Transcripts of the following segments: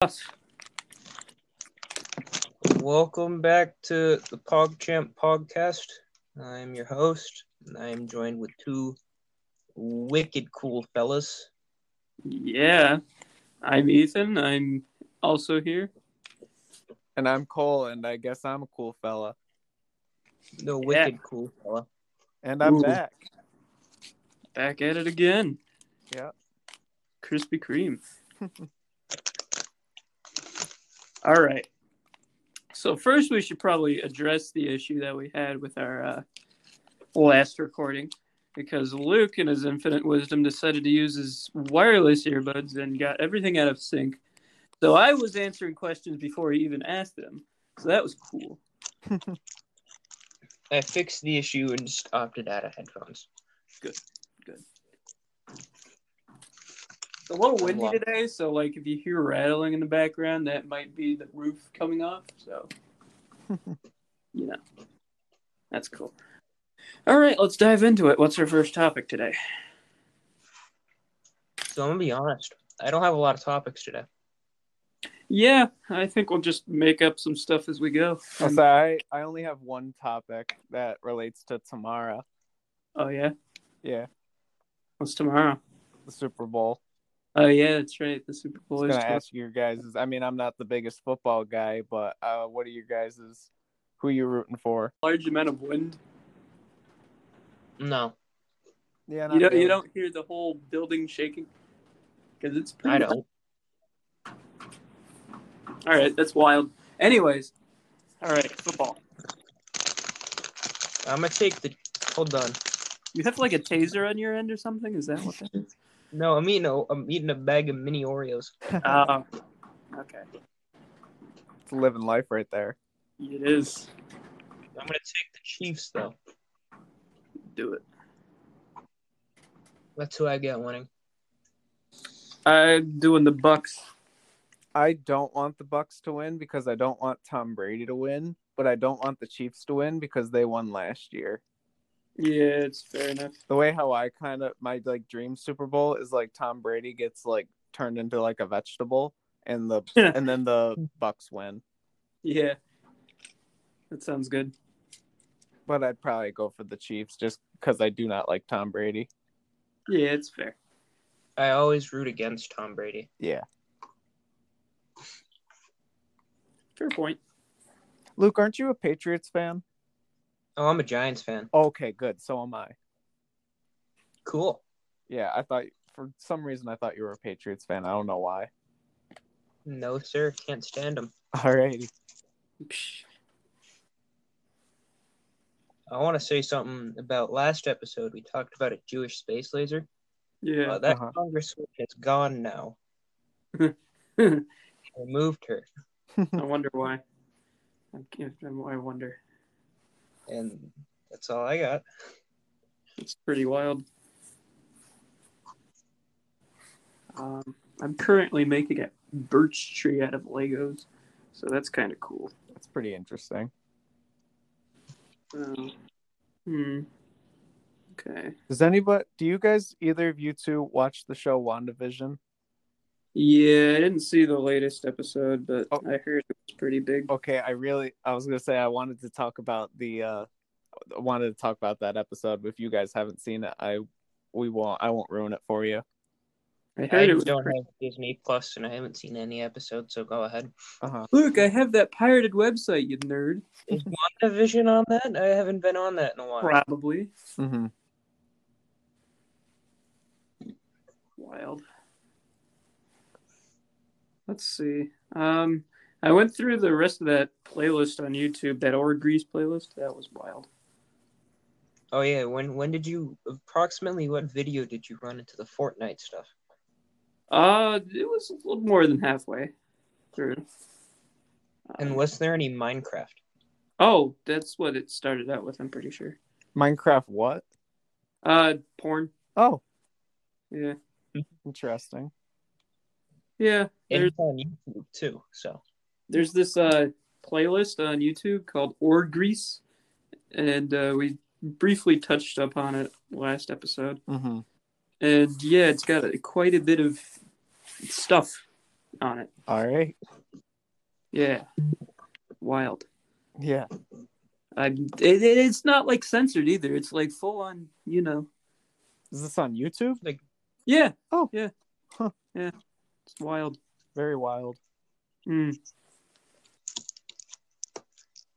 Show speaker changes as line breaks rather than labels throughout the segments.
Us.
Welcome back to the PogChamp podcast. I'm your host, and I am joined with two wicked cool fellas.
Yeah, I'm Ethan. I'm also here.
And I'm Cole, and I guess I'm a cool fella.
The wicked cool fella.
And I'm
Ooh.
back.
Back at it again.
Yeah.
Krispy Kreme. All right. So first, we should probably address the issue that we had with our uh, last recording, because Luke, in his infinite wisdom, decided to use his wireless earbuds and got everything out of sync. So I was answering questions before he even asked them. So that was cool.
I fixed the issue and just opted out of headphones.
It's a little
I'm
windy
lost.
today, so like if you hear rattling in the background, that might be the roof coming off. So, you know, that's cool. All right, let's dive into it. What's our first topic today?
So I'm gonna be honest. I don't have a lot of topics today.
Yeah, I think we'll just make up some stuff as we go.
I'm sorry, I, I only have one topic that relates to Tamara.
oh yeah,
Yeah,
what's tomorrow?
the Super Bowl.
Oh yeah, that's right. The Super
I
Bowl
was
is
going to
tomorrow.
ask you guys, I mean, I'm not the biggest football guy, but uh, what are you guys, who you rooting for?
large amount of wind.
No,
Yeah,
You don't, you don't hear the whole building shaking because it's pretty.
I don't.
All right, that's wild. Anyways, all right, football.
I'm gonna take the. Hold on.
You have like a taser on your end or something? Is that what that is?
No, I'm eating a. I'm eating a bag of mini Oreos.
Oh, okay.
It's living life right there.
It is.
I'm gonna take the Chiefs though.
Do it.
That's who I get winning.
I'm doing the Bucks.
I don't want the Bucks to win because I don't want Tom Brady to win, but I don't want the Chiefs to win because they won last year.
Yeah, it's fair enough.
the way how I kind of my like dream Super Bowl is like Tom Brady gets like turned into like a vegetable and the and then the Bucks win.
Yeah. That sounds good.
But I'd probably go for the Chiefs just because I do not like Tom Brady.
Yeah, it's fair.
I always root against Tom Brady.
Yeah.
Fair point.
Luke, aren't you a Patriots fan?
Oh, I'm a Giants fan.
Okay, good. So am I.
Cool.
Yeah, I thought for some reason I thought you were a Patriots fan. I don't know why.
No, sir. Can't stand him.
Alrighty.
Psh,
I want to say something about last episode. We talked about a Jewish space laser. Uh,
Yeah.
that
uh-huh.
congresswoman is gone now. I moved her,
I wonder why. I, can't, I wonder.
and that's all I got.
It's pretty wild. Um, I'm currently making a birch tree out of Legos, so that's kind of cool.
That's pretty interesting.
Um, hmm. Okay.
Does anybody do you guys either of you two watch the show WandaVision?
Yeah, I didn't see the latest episode, but
Oh.
I heard it was pretty big.
Okay, I really I was gonna say I wanted to talk about the uh I wanted to talk about that episode. If you guys haven't seen it, I we won't I won't ruin it for you.
I
I
heard it was.
don't have Disney Plus, and I haven't seen any episode. So go ahead.
Uh-huh.
Look, I have that pirated website, you nerd.
Division on that? I haven't been on that in a while.
Probably
Mm-hmm.
wild. Let's see. Um, I went through the rest of that playlist on YouTube, that Or Grease playlist. That was wild.
Oh yeah. When when did you approximately what video did you run into the Fortnite stuff?
Uh, it was a little more than halfway through.
And
Um,
was there any Minecraft?
oh, that's what it started out with. I'm pretty sure.
Minecraft what?
Uh, porn.
Oh,
Yeah.
interesting.
Yeah. There's
It's on YouTube too. So
there's this uh, playlist on YouTube called Or Grease, and uh, we briefly touched upon it last episode.
Mm-hmm.
And yeah, it's got a, quite a bit of stuff on it.
All right.
Yeah, wild.
Yeah.
I it, it- it's not like censored either. It's like full on, you know.
Is this on YouTube?
Yeah.
Oh.
Yeah.
Huh.
Yeah. It's wild.
Very wild.
Mm.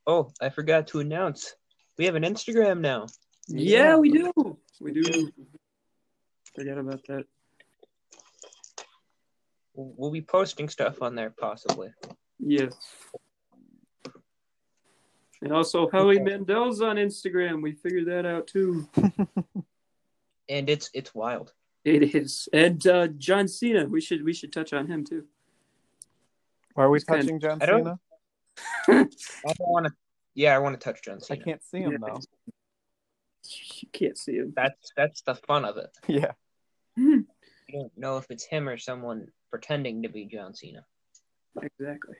Oh, I forgot to announce we have an Instagram now.
Yeah,
Yeah.
we do. We do. Forget about that.
We'll we'll be posting stuff on there possibly.
Yes. And also, Howie Mandel's on Instagram. We figured that out too.
And it's it's wild.
It is, and uh, John Cena. We should we should touch on him too.
Are we
It's kinda-
touching John
I don't-
Cena?
I don't want to. Yeah, I want to touch John
I
Cena.
can't see him though.
You can't see him.
That's that's the fun of it.
Yeah.
You don't know if it's him or someone pretending to be John Cena.
Exactly.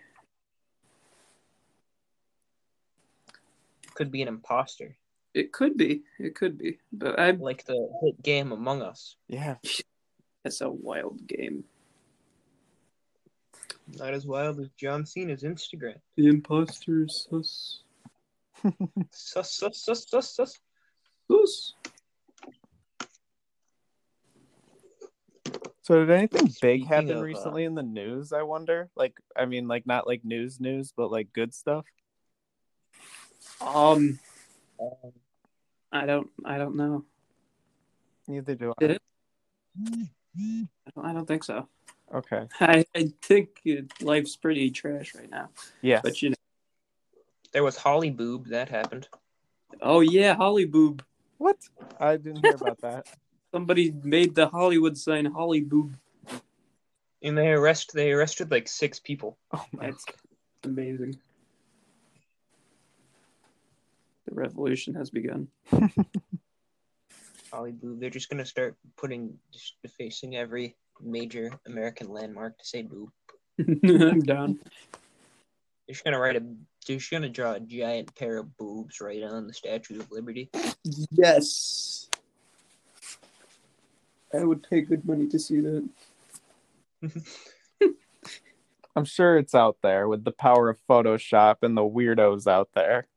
Could be an imposter,
It could be. It could be. But I.
like the hit game Among Us.
Yeah.
That's a wild game.
Not as wild as John Cena's Instagram.
The imposter is sus.
Sus sus sus sus sus.
Sus.
So did anything big
Speaking
happen
of, uh,
recently in the news, I wonder? Like I mean like not like news news, but like good stuff.
Um,
Um,
I don't. I don't know.
Neither do I.
Did I don't, I don't think so.
Okay.
I, I think uh, life's pretty trash right now.
Yes.
But you know.
there was Holly Boob that happened.
Oh yeah, Holly Boob.
What? I didn't hear about that.
Somebody made the Hollywood sign Holly Boob.
And they arrest they arrested like six people.
Oh my
That's amazing. The revolution has begun.
Holly Boob. They're just gonna start putting just defacing every major American landmark to say boob.
I'm down.
They're just gonna write a they're just gonna draw a giant pair of boobs right on the Statue of Liberty.
Yes. I would pay good money to see that.
I'm sure it's out there with the power of Photoshop and the weirdos out there.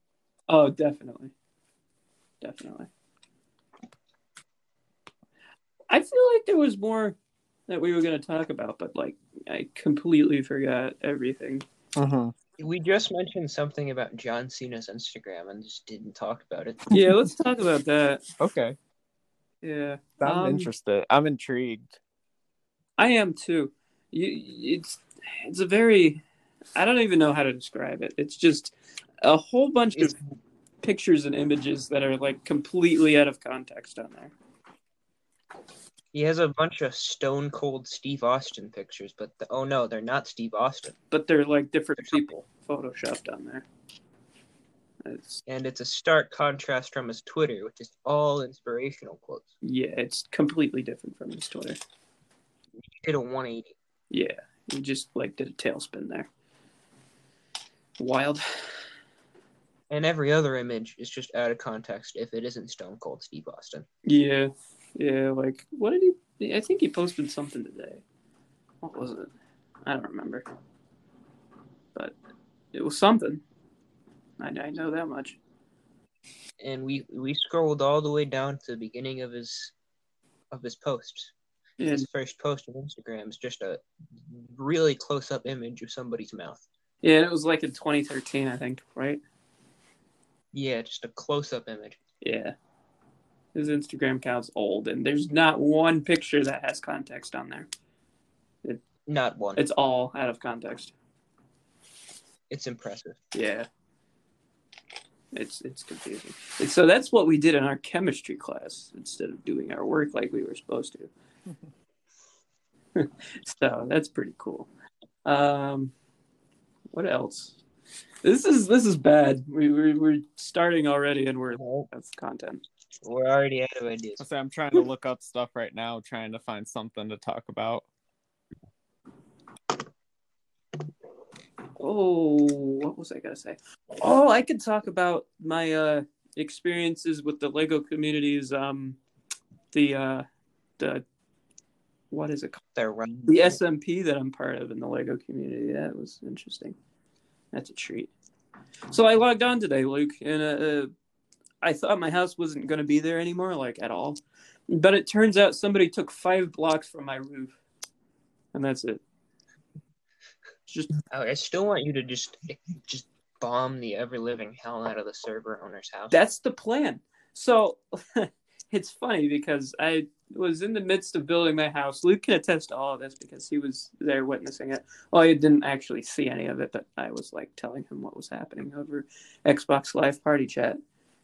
Oh, definitely. Definitely. I feel like there was more that we were going to talk about, but like I completely forgot everything.
Mm-hmm.
We just mentioned something about John Cena's Instagram and just didn't talk about it.
Yeah, let's talk about that.
Okay.
Yeah.
I'm
Um,
interested. I'm intrigued.
I am too. You, it's it's a very I don't even know how to describe it. It's just a whole bunch
It's-
of pictures and images that are like completely out of context on there.
He has a bunch of stone cold Steve Austin pictures, but the, oh no, they're not Steve Austin.
But they're like different people photoshopped on there. It's
And it's a stark contrast from his Twitter, which is all inspirational quotes.
yeah, it's completely different from his Twitter.
Did a 180.
Yeah. He just like did a tailspin there. Wild.
And every other image is just out of context if it isn't Stone Cold Steve Austin.
Yeah. Yeah, like what did he I think he posted something today. What was it? I don't remember. But it was something. I, I know that much.
And we we scrolled all the way down to the beginning of his of his posts.
And
His first post on Instagram is just a really close up image of somebody's mouth.
yeah, it was like in 2013, I think, right?
Yeah, just a close up image.
Yeah. His Instagram account's old, and there's not one picture that has context on there.
Not one. It's,
It's all out of context.
it's impressive.
Yeah. It's it's confusing. And so that's what we did in our chemistry class instead of doing our work like we were supposed to. so that's pretty cool. Um what else? This is this is bad. We we we're starting already and we're
Well,
that's content.
We're already out of ideas.
I say I'm trying to look up stuff right now, trying to find something to talk about.
Oh, what was I gonna say? Oh, I could talk about my uh experiences with the Lego communities, um the uh the what is it called?
Their run.
The SMP that I'm part of in the Lego community. That was interesting. That's a treat. So I logged on today, Luke, and uh, uh, I thought my house wasn't going to be there anymore, like at all. But it turns out somebody took five blocks from my roof, and that's it. It's Just
Oh, I I still want you to just just bomb the ever living hell out of the server owner's house.
That's the plan. So it's funny because I was in the midst of building my house. Luke can attest to all of this because he was there witnessing it. Well, he didn't actually see any of it, but I was like telling him what was happening over Xbox Live Party Chat.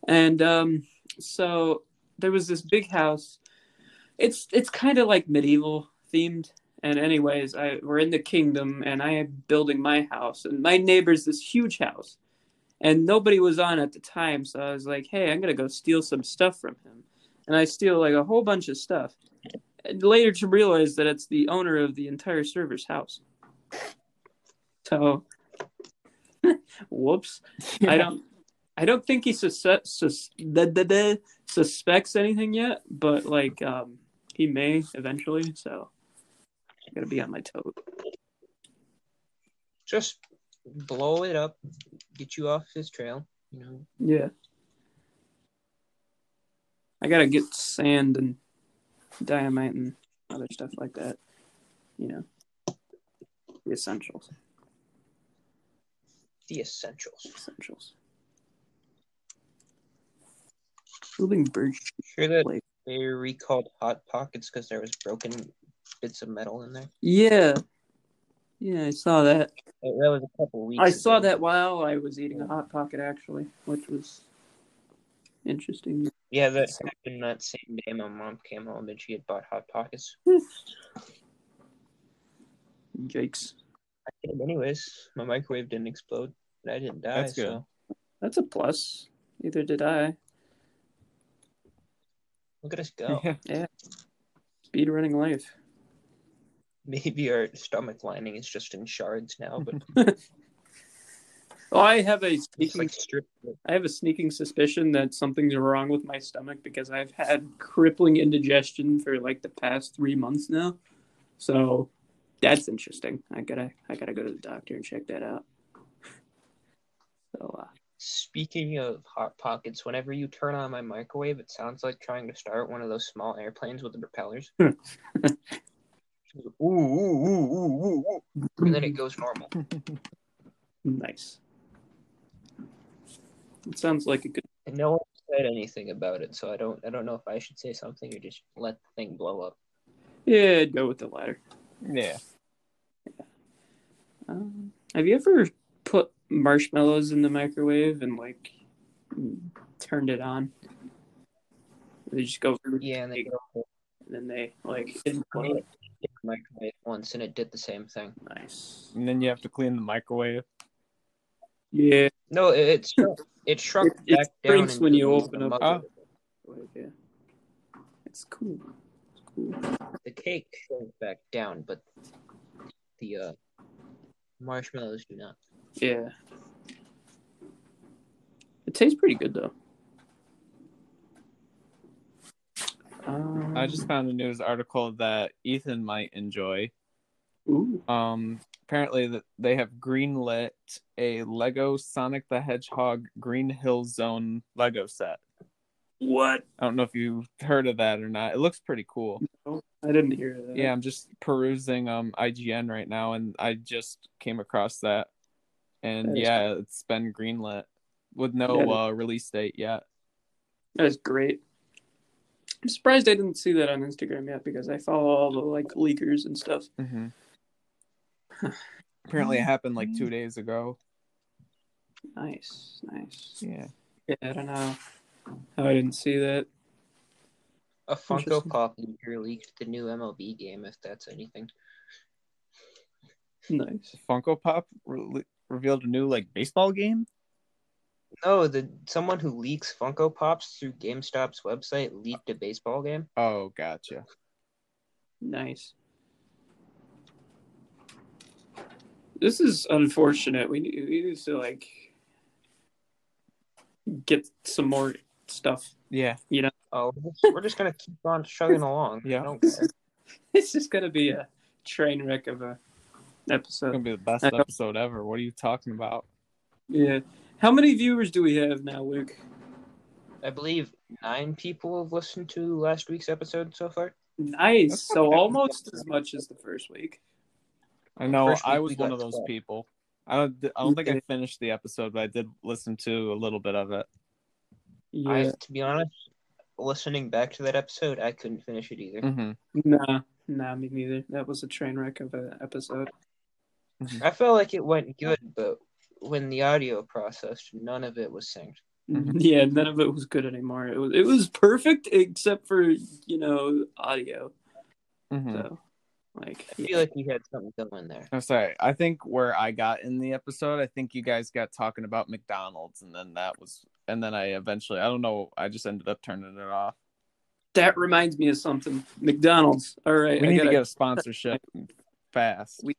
And um, so there was this big house. It's it's kind of like medieval themed. And anyways, I we're in the kingdom, and I am building my house, and my neighbor's this huge house, and nobody was on at the time. So I was like, hey, I'm gonna go steal some stuff from him, and I steal like a whole bunch of stuff. And later to realize that it's the owner of the entire server's house. So, whoops. I don't. I don't think he sus- sus- da- da- da- suspects anything yet, but like um, he may eventually. So I gotta be on my toes.
Just blow it up, get you off his trail. You know,
Yeah. I gotta get sand and dynamite and other stuff like that. You know, the essentials.
the essentials.
Essentials. Building bird
Sure that
Like-
they recalled hot pockets because there was broken bits of metal in there.
Yeah. Yeah, I saw that.
That that was a couple weeks.
I saw
ago.
that while I was eating a hot pocket actually, which was interesting.
Yeah, that happened that same day. My mom came home and she had bought hot pockets.
Yikes.
I did anyways. My microwave didn't explode, but I didn't die.
That's good.
So
That's a plus. Neither did I.
look at us go.
Yeah.
Speed running life.
Maybe our stomach lining is just in shards now, but
Oh, I have a
it's
sneaking
like stripped.
I have a sneaking suspicion that something's wrong with my stomach because I've had crippling indigestion for like the past three months now. So that's interesting. I gotta I gotta go to the doctor and check that out. So uh,
Speaking of hot pockets, whenever you turn on my microwave, it sounds like trying to start one of those small airplanes with the propellers. ooh, ooh, ooh, ooh, ooh, ooh, and then it goes normal.
nice. It sounds like a good
And no one said anything about it, so I don't, I don't know if I should say something or just let the thing blow up.
yeah. I'd go with the latter.
Yeah.
Um, have you ever put marshmallows in the microwave and like turned it on? They just go
Yeah, and they go
and then they like
Well, it did the microwave once and it did the same thing.
nice.
And then you have to clean the microwave.
Yeah,
No, it, it shrunk. It shrunk
It- it
back down.
shrinks
into
when you
the
open up. Ah.
mother-
yeah. It's cool. It's cool.
The cake shrunk back down, but the uh, marshmallows do not.
Yeah. It tastes pretty good though. Um,
I just found a news article that Ethan might enjoy.
ooh,
Um, apparently that they have greenlit a Lego Sonic the Hedgehog Green Hill Zone Lego set.
what?
I don't know if you've heard of that or not. It looks pretty cool.
I didn't hear that.
Yeah, I'm just perusing um IGN right now, and I just came across that, and
That is-
yeah, it's been greenlit with no
That
uh, release date yet.
That's great. I'm surprised I didn't see that on Instagram yet because I follow all the like leakers and stuff.
Mm-hmm. Apparently, it happened like
Mm-hmm.
two days ago.
Nice, nice.
Yeah,
Yeah, I don't know how I didn't see that.
A Funko
Interesting.
Pop leaker leaked the new MLB game, if that's anything.
Nice.
Funko Pop re- revealed a new like baseball game.
No, the someone who leaks Funko Pops through GameStop's website leaked a baseball game.
Oh, gotcha.
Nice. This is unfortunate. We need, we need to like get some more stuff.
Yeah,
Oh, we're just- we're just gonna keep on chugging along. I
Yeah.
don't care.
It's just gonna be a train wreck of a
It's
episode.
gonna be the best
I know.
episode ever. What are you talking about?
Yeah. How many viewers do we have now, Luke?
I believe nine people have listened to last week's episode so far.
Nice.
That's
So
okay.
almost as much as the first week.
I know
First week
I
we
was one
got
of those
12.
people. I don't. I don't think I finished the episode, but I did listen to a little bit of it.
Yeah.
I, to be honest, listening back to that episode, I couldn't finish it
Mm.
either.
Mm-hmm.
Nah, nah, me neither. That was a train wreck of an episode.
I felt like it went good, but when the audio processed, none of it was synced.
Mhm.
Yeah, none of it was good anymore. It was it was perfect except for you know audio.
Hmm.
So, like,
I feel like we had something going there.
I'm sorry. I think where I got in the episode, I think you guys got talking about McDonald's, and then that was, and then I eventually, I don't know, I just ended up turning it off.
that reminds me of something. McDonald's. All right,
We
I
need to
gotta-
get a sponsorship fast.
We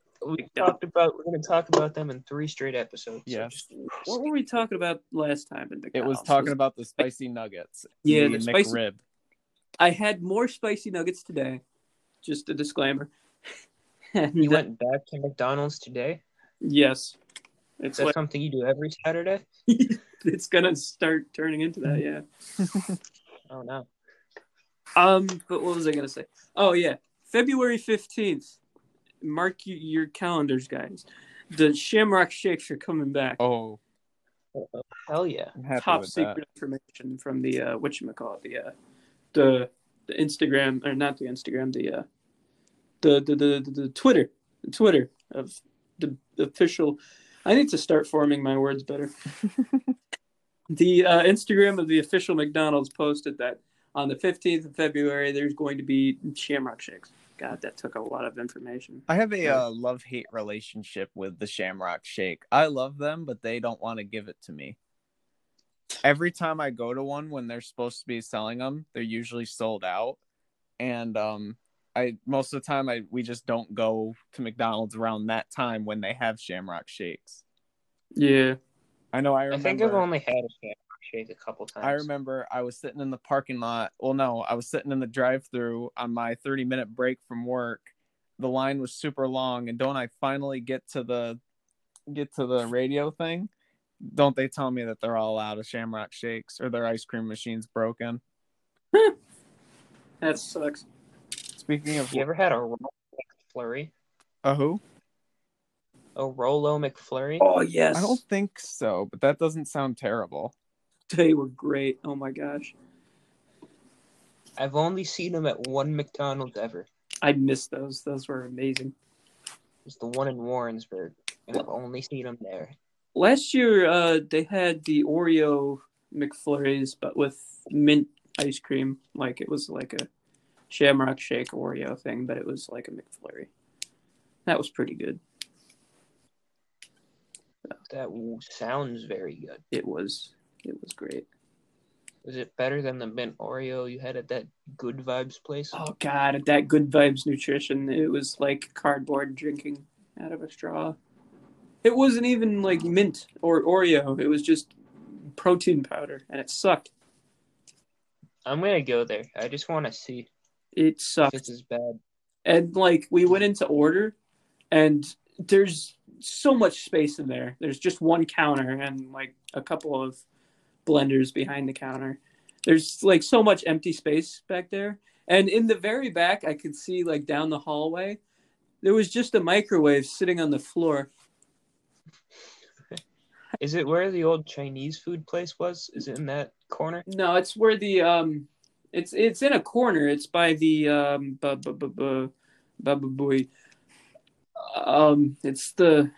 talked about we're going to talk about them in three straight episodes. so
Yes.
just-
What were we talking about last time? At McDonald's?
It was talking about the spicy nuggets.
Yeah,
the
the spicy-
McRib.
I had more spicy nuggets today. Just a disclaimer. And,
you
uh,
went back to McDonald's today.
yes.
Is
It's
that
what,
something you do every Saturday?
it's gonna start turning into
Mm-hmm.
that. Yeah.
Oh no.
Um, but what was I gonna say? Oh yeah, February fifteenth. Mark y- your calendars, guys. The Shamrock Shakes are coming back.
Oh,
Hell yeah.
I'm happy
Top
with
secret information from the uh, what you call it the uh, the the Instagram or not the Instagram the uh, the, the the the the Twitter the Twitter of the official. I need to start forming my words better. the uh, Instagram of the official McDonald's posted that on the 15th of February, there's going to be Shamrock Shakes. God, that took a lot of information.
I have a
Yeah.
uh, love hate relationship with the Shamrock Shake. I love them, but they don't want to give it to me. Every time I go to one when they're supposed to be selling them, they're usually sold out, and um, I most of the time I we just don't go to McDonald's around that time when they have Shamrock Shakes.
Yeah.
I know I
I
remember.
think I've only had a shamrock shake a couple times.
I remember I was sitting in the parking lot. Well, no, I was sitting in the drive through on my 30 minute break from work. The line was super long, and don't I finally get to the get to the radio thing? Don't they tell me that they're all out of Shamrock Shakes or their ice cream machine's broken?
That sucks.
Speaking of
You ever had a Rolo McFlurry?
a who,
A Rolo McFlurry?
Oh, yes.
I don't think so, but that doesn't sound terrible.
They were great. Oh, my gosh.
I've only seen them at one McDonald's ever.
I miss those. Those were amazing.
It's the one in Warrensburg, and I've only seen them there.
Last year, uh, they had the Oreo McFlurries, but with mint ice cream. Like, it was like a Shamrock Shake Oreo thing, but it was like a McFlurry. That was pretty good.
That w- sounds very good.
It was. It was great.
Is it better than the mint Oreo you had at that Good Vibes place?
Oh god, at that good vibes nutrition, it was like cardboard drinking out of a straw. It wasn't even like mint or Oreo. It was just protein powder and it sucked.
I'm gonna go there. I just want to see
It
if
sucked.
it's as bad.
And like we went into order and there's so much space in there. There's just one counter and like a couple of blenders behind the counter. There's like so much empty space back there. And in the very back, I could see like down the hallway, there was just a microwave sitting on the floor.
Is it where the old Chinese food place was? Is it in that corner?
No, it's where the um, it's it's in a corner. It's by the um, bu- bu- bu- bu- bu- bu- bui. um, it's the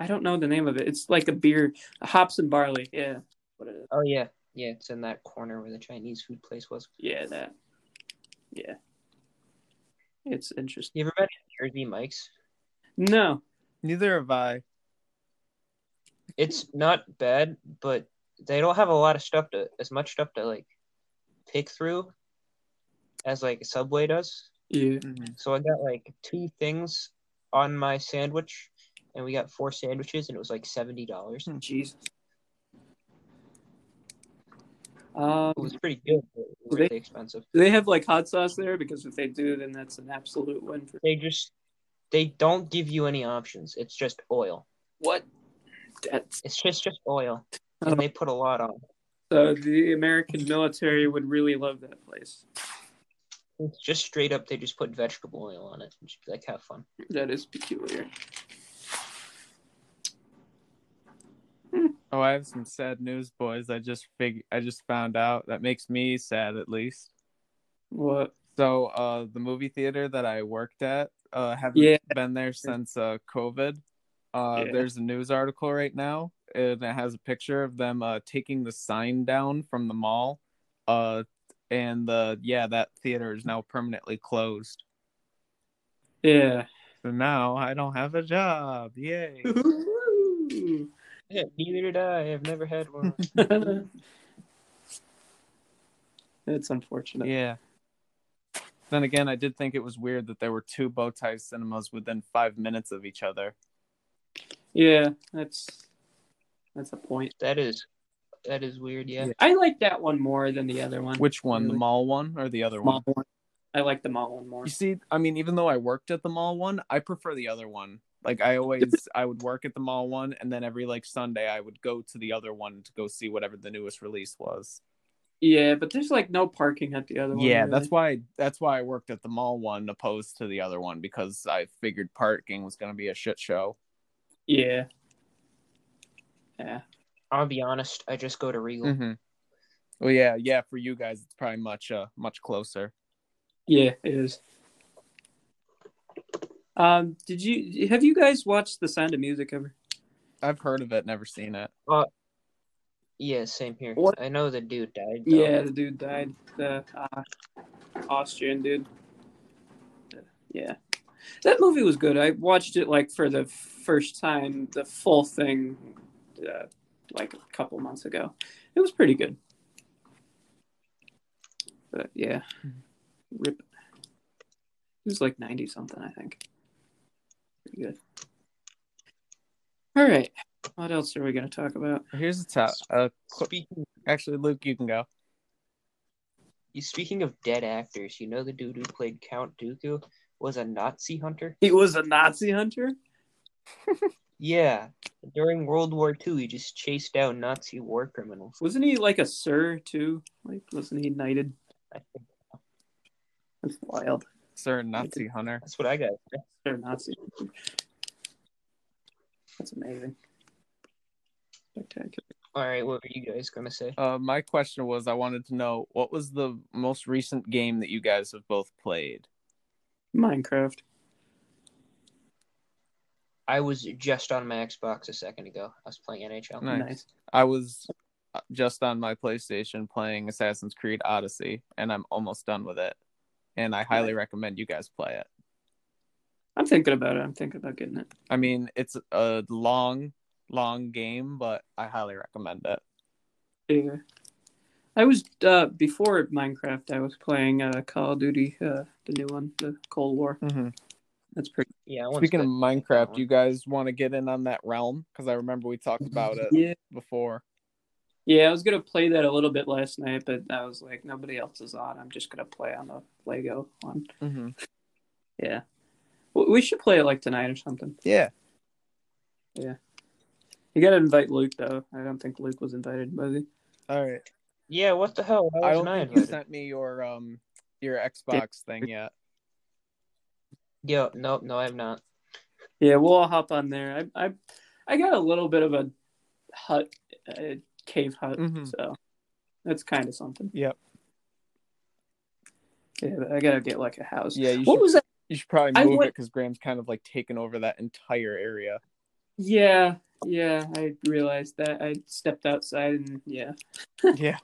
I don't know the name of it. It's like a beer, hops and barley. Yeah, what it is.
Oh yeah, yeah. It's in that corner where the Chinese food place was.
Yeah, that. Yeah, it's interesting.
You ever been to Jersey Mike's?
No,
Neither have I.
It's not bad, but they don't have a lot of stuff to as much stuff to like pick through as like Subway does.
yeah,
So I got like two things on my sandwich, and we got four sandwiches, and it was like seventy dollars.
Jesus. Um,
It was pretty good, but really expensive.
do they have like hot sauce there? Because if they do, then that's an absolute win for
They just they don't give you any options. It's just oil.
what? That's
It's just just oil, and they put a lot on.
so the American military would really love that place.
It's just straight up. They just put vegetable oil on it. And just be like, have fun.
That is peculiar.
Oh, I have some sad news, boys. I just fig I just found out that makes me sad at least.
What?
So, uh, the movie theater that I worked at, uh, haven't
Yeah.
been there since uh COVID. Uh,
Yeah.
there's a news article right now, and it has a picture of them uh taking the sign down from the mall, uh, and the yeah that theater is now permanently closed.
Yeah.
So now I don't have a job. Yay!
Woo-hoo.
Yeah, neither did I. I've never had one.
it's unfortunate.
Yeah. Then again, I did think it was weird that there were two bow tie cinemas within five minutes of each other.
Yeah, that's that's a point.
that is, that is weird. Yeah.
Yeah.
I like that one more than the other one.
Which one, the
Really?
mall one or the other
mall
one?
one? I like the mall one more.
You see, I mean, even though I worked at the mall one, I prefer the other one. Like I always, I would work at the mall one, and then every like Sunday, I would go to the other one to go see whatever the newest release was.
Yeah, but there's like no parking at the other one.
Yeah,
really.
that's why that's why I worked at the mall one opposed to the other one because I figured parking was going to be a shit show.
Yeah. Yeah.
I'll be honest. I just go to Regal.
Mm-hmm. Well, yeah, yeah. For you guys, it's probably much, uh, much closer.
Yeah, it is. Um, did you have you guys watched The Sound of Music ever?
I've heard of it, never seen it.
Yeah, same here.
What-
I know the dude died. though.
Yeah, the dude died. The uh, Austrian dude. Yeah, that movie was good. I watched it like for the first time, the full thing, uh, like a couple months ago. It was pretty good. But yeah, rip. It was like ninety something, I think. Pretty good. All right, what else are we gonna talk about?
Here's the top. Uh, cl-
Speaking
actually, Luke, you can go.
speaking of dead actors, you know the dude who played Count Dooku was a Nazi hunter.
He was a Nazi hunter.
Yeah, during World War II, he just chased down Nazi war criminals.
Wasn't he like a sir too? Like, wasn't he knighted?
I think
That's wild.
Sir Nazi Hunter.
that's what I got.
Sir Nazi. That's amazing. Spectacular.
All right, what were you guys gonna say?
Uh, my question was, I wanted to know what was the most recent game that you guys have both played.
Minecraft.
I was just on my Xbox a second ago. I was playing NHL.
Nice.
Nice.
I was uh, just on my PlayStation playing Assassin's Creed Odyssey, and I'm almost done with it. And I highly recommend you guys play it.
I'm thinking about it. I'm thinking about getting it.
I mean, it's a long, long game, but I highly recommend it.
Yeah. I was uh, before Minecraft. I was playing uh, Call of Duty, uh, the new one, the Cold War.
Mm-hmm.
That's pretty.
Yeah. I wanna
Speaking of
spec-
Minecraft,
one.
you guys want to get in on that realm? Because I remember we talked about it
Yeah.
before.
Yeah, I was gonna play that a little bit last night, but I was like, nobody else is on. I'm just gonna play on the Lego one.
Mm-hmm.
Yeah. W- We should play it like tonight or something.
Yeah.
You gotta invite Luke though. I don't think Luke was invited, was he?
All right.
yeah, what the hell? Why
I
wasn't
don't
I
think you
invited?
sent me your um your Xbox thing yet.
Yeah, no, no, I'm not.
Yeah, we'll all hop on there. I I, I got a little bit of a hut, a cave hut,
Mhm.
so that's kind of something.
Yep.
Yeah, but I gotta get like a house.
Yeah. You
What
should,
was that?
you should probably
I
move it
went-
because Graham's kind of like taken over that entire area.
Yeah, yeah. I realized that. I stepped outside and yeah.
yeah.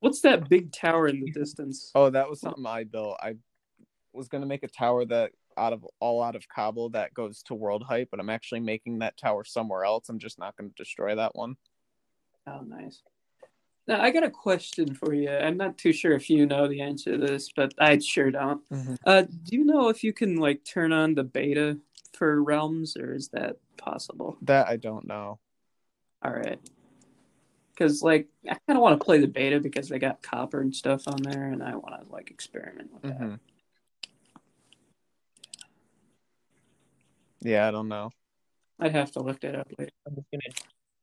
What's that big tower in the distance?
Oh, that was something I built. I was gonna make a tower that out of all out of cobble that goes to world height, but I'm actually making that tower somewhere else. I'm just not gonna destroy that one.
Oh, nice. Now I got a question for you. I'm not too sure if you know the answer to this, but I sure don't. Uh, do you know if you can like turn on the beta for realms, or is that possible?
That I don't know.
All right, because like I kind of want to play the beta because they got copper and stuff on there, and I want to like experiment with that.
hmm Yeah, I don't know.
I'd have to look that up later.
I'm just gonna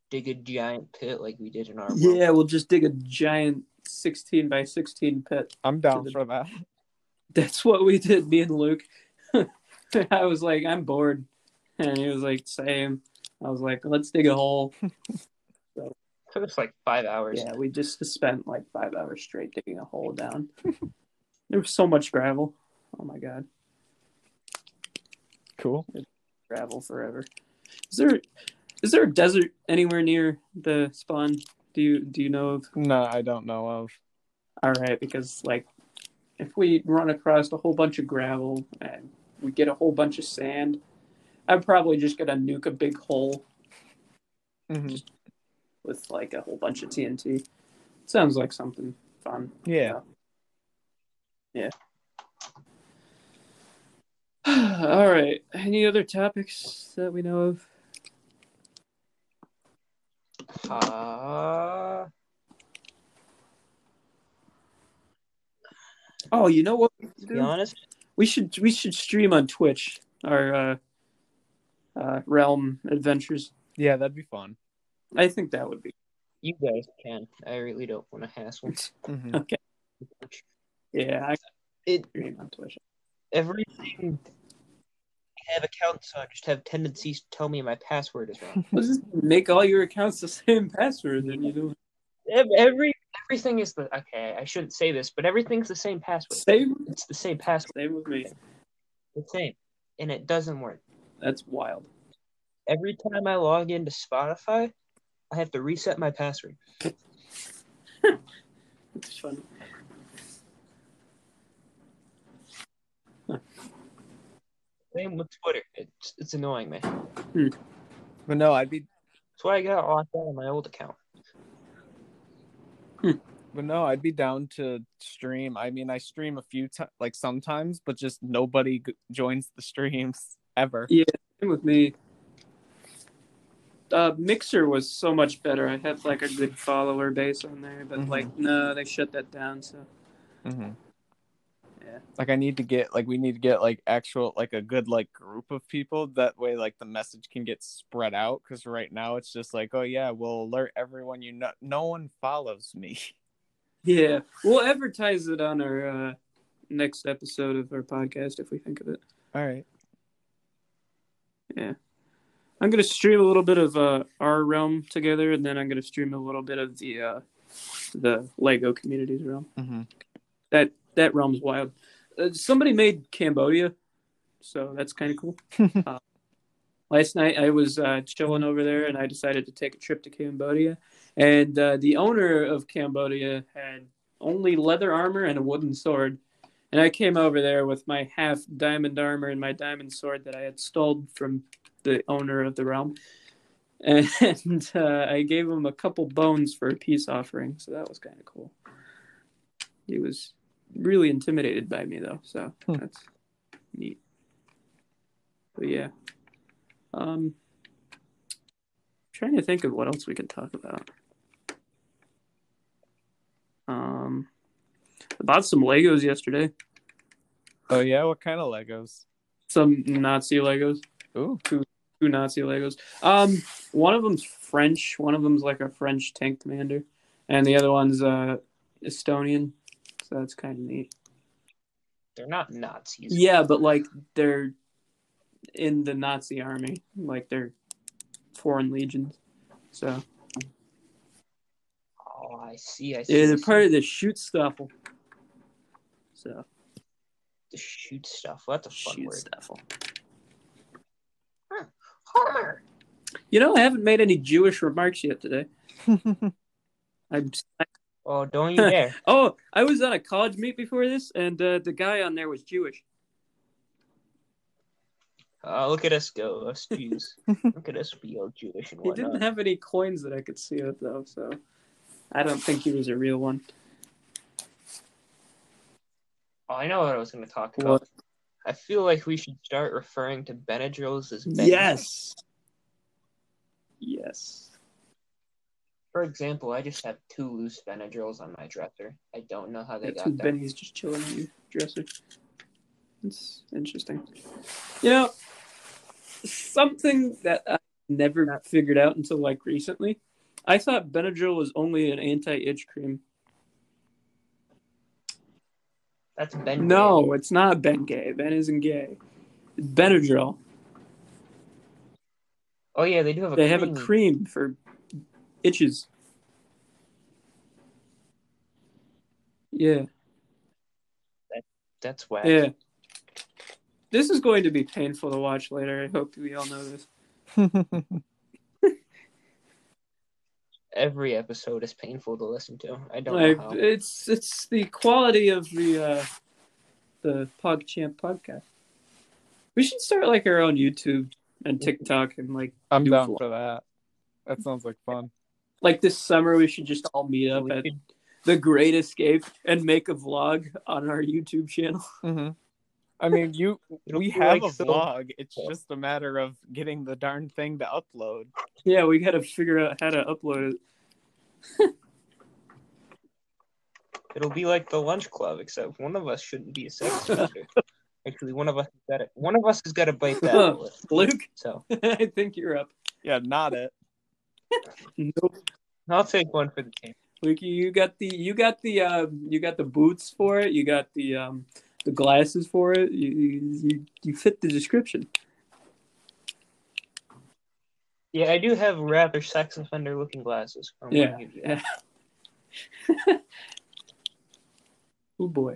dig a giant pit like we did in our world.
Yeah, we'll just dig a giant sixteen by sixteen pit.
I'm down for that.
That's what we did, me and Luke. I was like, I'm bored. And he was like, same. I was like, let's dig a hole.
Took us like five hours.
Yeah, we just spent like five hours straight digging a hole down. there was so much gravel. Oh my God,
Cool.
gravel forever. Is there is there a desert anywhere near the spawn? Do you do you know of?
No, I don't know of.
All right, because like if we run across a whole bunch of gravel and we get a whole bunch of sand, I'm probably just gonna nuke a big hole
Mhm.
with like a whole bunch of TNT. Sounds like something fun.
Yeah.
All right. Any other topics that we know of?
Uh,
Oh, you know what? we
to
should
be
do?
honest,
We should we should stream on Twitch our uh, uh, realm adventures.
Yeah, that'd be fun.
I think that would be
you guys can. I really don't want to hassle.
Mhm.
yeah. I
It
stream on Twitch.
everything. I have accounts, so I just have tendencies to tell me my password is wrong.
Let's just make all your accounts the same password, and you know,
Ev- Every everything is the okay. I shouldn't say this, but everything's the same password.
same
It's the same password,
same with me.
the same, and it doesn't work.
That's wild.
Every time I log into Spotify, I have to reset my password.
It's fun.
Same with Twitter. It's it's annoying me. That's
But no, I'd be
why I got locked out of my old account.
but no, I'd be down to stream. I mean, I stream a few times, like sometimes, but just nobody g- joins the streams ever.
Same with me. Uh, Mixer was so much better. I had like a good follower base on there, but
Mhm.
like no, they shut that down. So
Mhm.
Yeah.
Like I need to get like we need to get like actual like a good like group of people that way like the message can get spread out because right now it's just like oh yeah we'll alert everyone you know no one follows me
yeah, we'll advertise it on our uh, next episode of our podcast if we think of it.
all right
I'm gonna stream a little bit of uh, our realm together, and then I'm gonna stream a little bit of the uh, the Lego communities realm.
mm-hmm.
That that realm's wild. Uh, somebody made Cambodia, so that's kind of cool. uh, last night I was uh, chilling over there, and I decided to take a trip to Cambodia. And uh, the owner of Cambodia had only leather armor and a wooden sword. And I came over there with my half diamond armor and my diamond sword that I had stole from the owner of the realm. And uh, I gave him a couple bones for a peace offering, so that was kind of cool. He was really intimidated by me, though, so
Hmm.
that's neat. But yeah, um, trying to think of what else we could talk about. Um, I bought some Legos yesterday,
oh yeah what kind of Legos
some Nazi Legos.
ooh
two Nazi Legos. Um, one of them's French. One of them's like a French tank commander, and the other one's uh Estonian. So that's kind of neat.
They're not Nazis.
Yeah, but like they're in the Nazi army, like they're foreign legions. So
Oh, I see. I see.
yeah,
I
they're
see.
part of the Schutzstaffel. So
the shoot stuff. That's a fun word.
Schutzstaffel.
Homer.
You know, I haven't made any Jewish remarks yet today. I'm
Oh, don't you dare!
Oh, I was on a college meet before this, and uh, the guy on there was Jewish.
Uh, look at us go, us Jews. look at us be all Jewish and
He didn't
whatnot.
have any coins that I could see of though, so I don't think he was a real one.
Oh, I know what I was going to talk about.
What?
I feel like we should start referring to Benadryls as Bennies.
Yes. Yes.
For example, I just have two loose Benadryls on my dresser. I don't know how they
That's
got
what
there.
Benny's just chilling on your dresser. It's interesting. You know, something that I never figured out until like recently. I thought Benadryl was only an anti-itch cream.
That's Ben.
No, it's not Ben Gay. Ben isn't gay. It's Benadryl.
Oh yeah, they do have a.
They have a cream for itches. Yeah.
That's whack.
Yeah. This is going to be painful to watch later. I hope we all know this.
Every episode is painful to listen to. I don't
Like
know how.
it's it's the quality of the uh the Pog Champ podcast. We should start like our own YouTube and TikTok and like
I'm
Do
down
vlog.
for that. That sounds like fun.
like this summer we should just all meet up
We
at the Great Escape and make a vlog on our YouTube channel.
I mean, you
It'll
we
be
have
like
a
so-
vlog. It's just a matter of getting the darn thing to upload.
Yeah, we gotta figure out how to upload it.
It'll be like the lunch club, except one of us shouldn't be a sex offender. Actually, one of us has got to, One of us has got to bite that bullet.
Luke,
So
I think you're up.
Yeah, not it.
Nope.
I'll take one for the team.
Luke, you got the you got the uh, you got the boots for it. You got the um, the glasses for it. You, you you- you fit the description.
Yeah, I do have rather sex offender looking glasses. I'm
Yeah.
gonna give you that.
Yeah. Oh boy,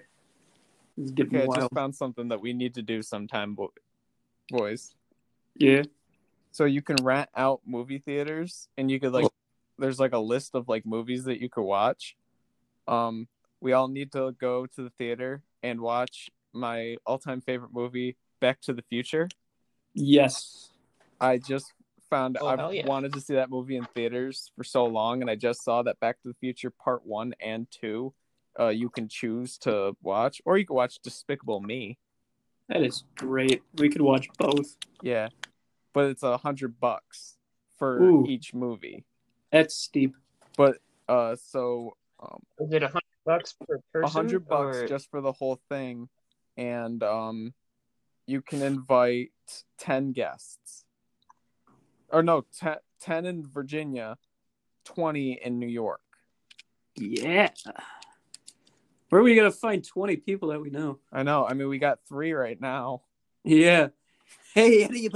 this is getting
Okay, I
wild.
just found something that we need to do sometime, bo- boys.
Yeah,
So you can rent out movie theaters, and you could like, there's like a list of like movies that you could watch. Um, we all need to go to the theater and watch my all-time favorite movie, Back to the Future.
yes.
I just found
Oh, hell
I've
yeah.
wanted to see that movie in theaters for so long, and I just saw that Back to the Future Part One and Two. Uh, you can choose to watch, or you can watch Despicable Me.
That is great. We could watch both.
Yeah, but it's a hundred bucks for
Ooh.
each movie.
That's steep.
Uh, so um,
Is it a hundred bucks per person?
a hundred bucks
or-
just for the whole thing, and um, you can invite ten guests. Or no, te- ten in Virginia, twenty in New York.
Yeah. Where are we gonna find twenty people that we know?
I know. I mean, we got three right now.
Yeah. Hey, any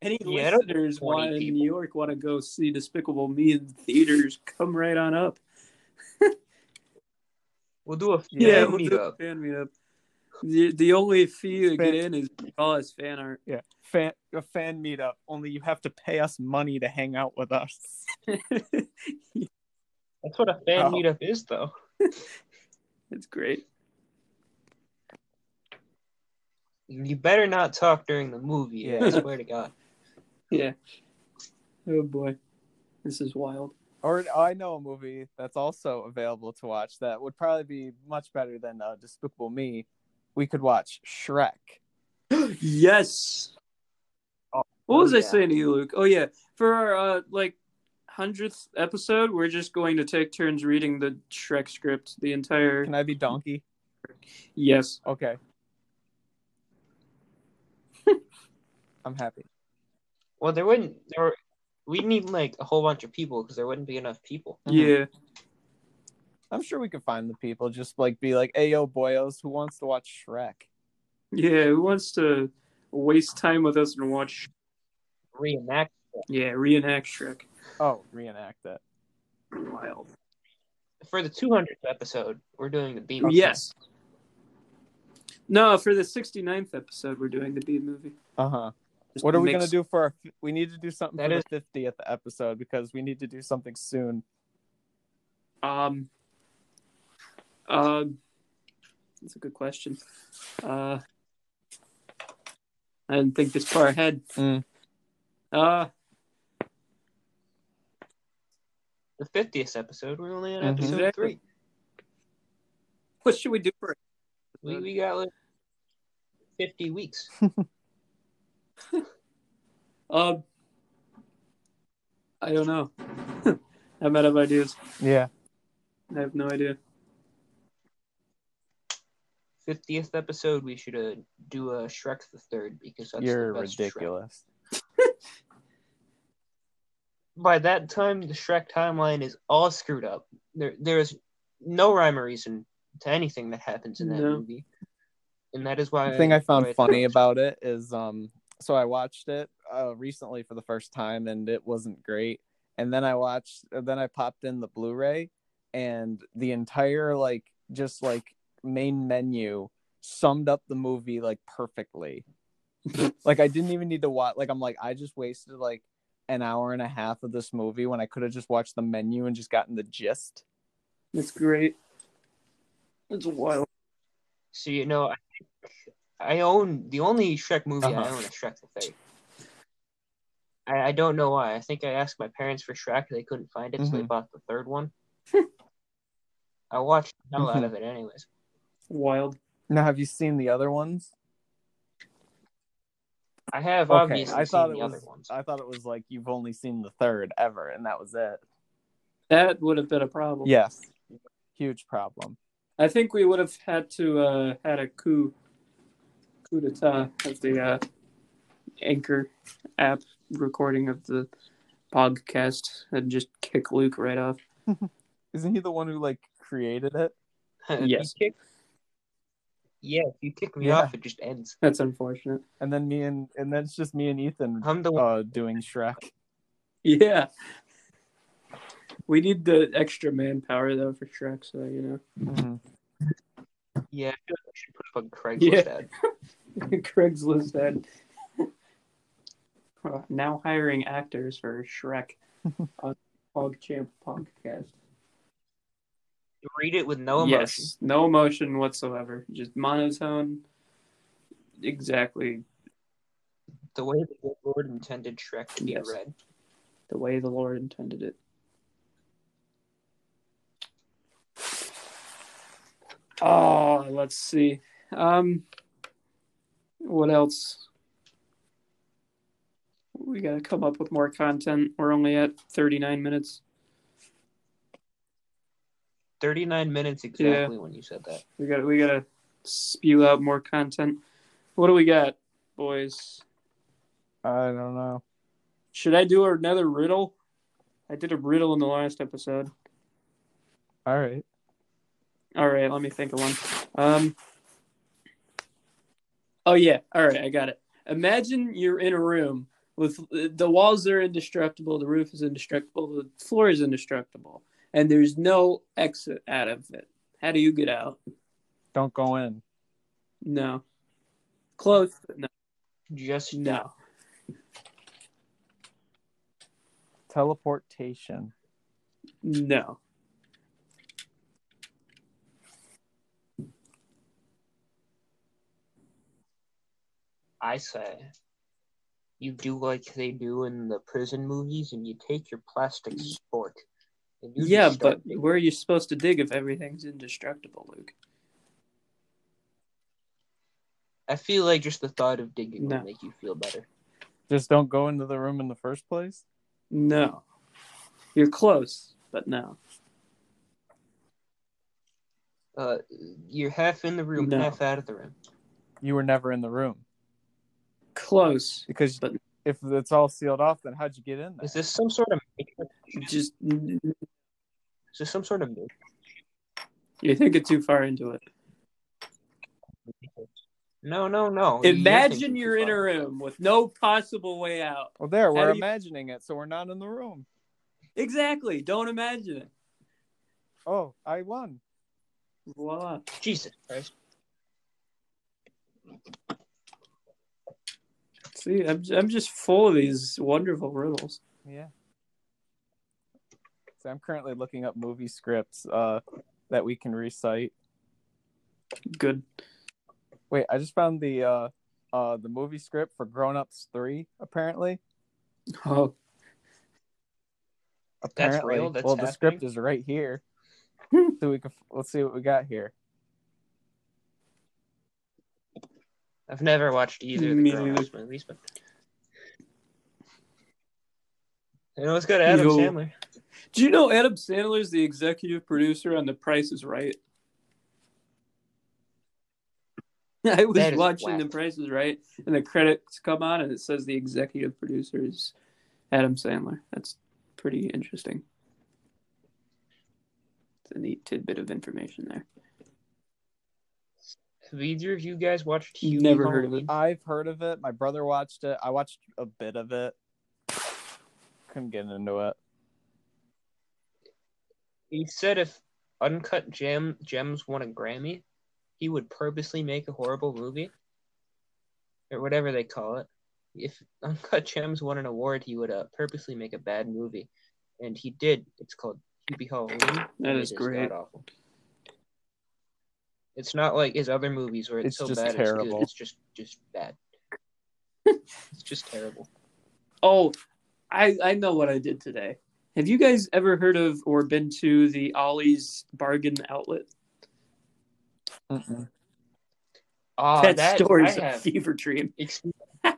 any
Yeah, I don't know
listeners
20
want in
people.
New York want to go see Despicable Me in theaters? Come right on up.
We'll do a fan
Yeah, we'll do a
meetup.
fan meetup. The, the only fee to get
Fan-
in is all us fan art.
Fan a fan meetup. Only you have to pay us money to hang out with us.
That's what a fan
Oh.
meetup is, though.
It's great.
You better not talk during the movie.
Yeah.
I swear to God.
Yeah. Oh boy, this is wild.
Or I know a movie that's also available to watch that would probably be much better than uh, Despicable Me. We could watch Shrek.
yes.
Oh,
what was I
yeah.
saying to you, Luke? Oh yeah, for our uh, like hundredth episode, we're just going to take turns reading the Shrek script, the entire.
Can I be Donkey?
Yes.
Okay. I'm happy.
Well, there wouldn't. There were, we'd need like a whole bunch of people because there wouldn't be enough people.
Mm-hmm.
Yeah.
I'm sure we could find the people. Just like be like, "Hey, yo, boyos, who wants to watch Shrek?"
Yeah, who wants to waste time with us and watch?
Reenact.
Yeah, reenact Shrek.
Oh, reenact it.
Wild.
For the 200th episode, we're doing the B
Yes. No, for the 69th episode, we're doing the B movie.
Uh huh.
Just
What are we
mix-
gonna do for our? We need to do something
That
for
is-
the fiftieth episode because we need to do something soon.
Um. Um. That's a good question. Uh. I didn't think this far ahead.
Mm.
Uh,
The 50th episode, we're only on
Mhm.
episode
Exactly.
three.
what should we do for?
We, we got like 50 weeks.
Um, I don't know. I'm out of ideas.
Yeah.
I have no idea.
Fiftieth episode, we should uh, do a Shrek the Third because that's
You're
the best Shrek.
ridiculous.
By that time, the Shrek timeline is all screwed up. There, there is no rhyme or reason to anything that happens in that
No.
movie, and that is why
The thing I found
why
funny
it's-
about it is um so I watched it uh recently for the first time and it wasn't great. And then I watched and then I popped in the Blu-ray and the entire like just like main menu summed up the movie like perfectly. like I didn't even need to watch like I'm like I just wasted like an hour and a half of this movie when I could have just watched the menu and just gotten the gist.
It's great. It's wild.
So you know, I think I own the only Shrek movie I
Uh-huh.
own is Shrek the Third. I, I don't know why. I think I asked my parents for Shrek. They couldn't find it, so they
Mhm.
bought the third one. I watched the hell
Mm-hmm.
out of it, anyways.
Wild.
Now have you seen the other ones?
I have
Okay,
obviously
I thought
seen
it
the
was-
other ones.
I thought it was like you've only seen the third ever, and that was it.
That would have been a problem.
Yes, huge problem.
I think we would have had to uh had a coup coup d'etat of the uh anchor app recording of the podcast and just kick Luke right off.
Isn't he the one who like created it? uh,
If
yes.
You kick, yeah, if you kick me
Yeah.
off, it just ends.
That's unfortunate.
And then me and and then it's just me and Ethan
I'm the one.
uh, doing Shrek.
Yeah. We need the extra manpower though for Shrek, so you
Yeah, I feel like I should put up a
Yeah.
Craigslist ad.
know. Craigslist ad. Uh, now hiring actors for Shrek on PogChamp podcast.
Read it with no emotion.
Yes, no emotion whatsoever. Just monotone. Exactly
The way the good Lord intended Shrek to be
Yes.
read.
the way the Lord intended it. Oh, let's see. Um, what else? We gotta come up with more content. We're only at thirty-nine minutes.
Thirty-nine minutes exactly when you said that.
We gotta we gotta spew out more content. What do we got, boys?
I don't know.
Should I do another riddle? I did a riddle in the last episode.
All right.
All right, let me think of one. Um. Oh yeah. All right, I got it. Imagine you're in a room with the walls are indestructible, the roof is indestructible, the floor is indestructible, and there's no exit out of it. How do you get out?
Don't go in.
No. Close. but No.
Just
No.
Teleportation.
No.
I say, you do like they do in the prison movies, and you take your plastic fork. And you
Mm. yeah,
just
but
start-
where are you supposed to dig if everything's indestructible, Luke?
I feel like just the thought of digging
No.
will make you feel better.
Just don't go into the room in the first place.
No. You're close, but no.
Uh, you're half in the room,
No.
half out of the room.
You were never in the room
Close.
because
But-
if it's all sealed off, then how'd you get in there?
Is this some sort of matrix?
Just
Is this some sort of matrix?
you're thinking too far into it.
No, no, no. You're
Imagine
thinking
you're
too
in a
far.
room with no possible way out.
well, there we're
do you-
imagining it, so we're not in the room.
Exactly. Don't imagine it.
Oh, I won.
Voila.
Jesus Christ.
See, I'm I'm just full of these wonderful riddles.
Yeah. So I'm currently looking up movie scripts uh, that we can recite.
Good.
Wait, I just found the uh, uh, the movie script for Grown Ups Three. Apparently,
Oh,
That's
apparently.
real? That's
well, the script
happening?
is right here. so we can let's see what we got here.
I've never watched either of the
Me
Grown Ups movies, but. You know, it's got Adam
Yo.
Sandler.
Do you know Adam Sandler is the executive producer on The Price is Right? I was
That is
watching
whack.
The Price is Right, and the credits come on, and it says the executive producer is Adam Sandler. That's pretty interesting. It's a neat tidbit of information there.
Have either of you guys watched Huey
Never heard of
Halloween?
I've heard of it. My brother watched it. I watched a bit of it. Couldn't get into it.
He said if Uncut Gem Gems won a Grammy, he would purposely make a horrible movie, or whatever they call it. If Uncut Gems won an award, he would uh, purposely make a bad movie, and he did. It's called Hubie Halloween. and
is
it
great.
god-awful. It's not like his other movies where it's,
It's
so
just
bad it's
terrible.
good. It's just just bad. it's just terrible.
Oh, I I know what I did today. Have you guys ever heard of or been to the Ollie's Bargain Outlet?
Ah,
that,
that
story
I
is a
have.
fever dream.
Excuse me.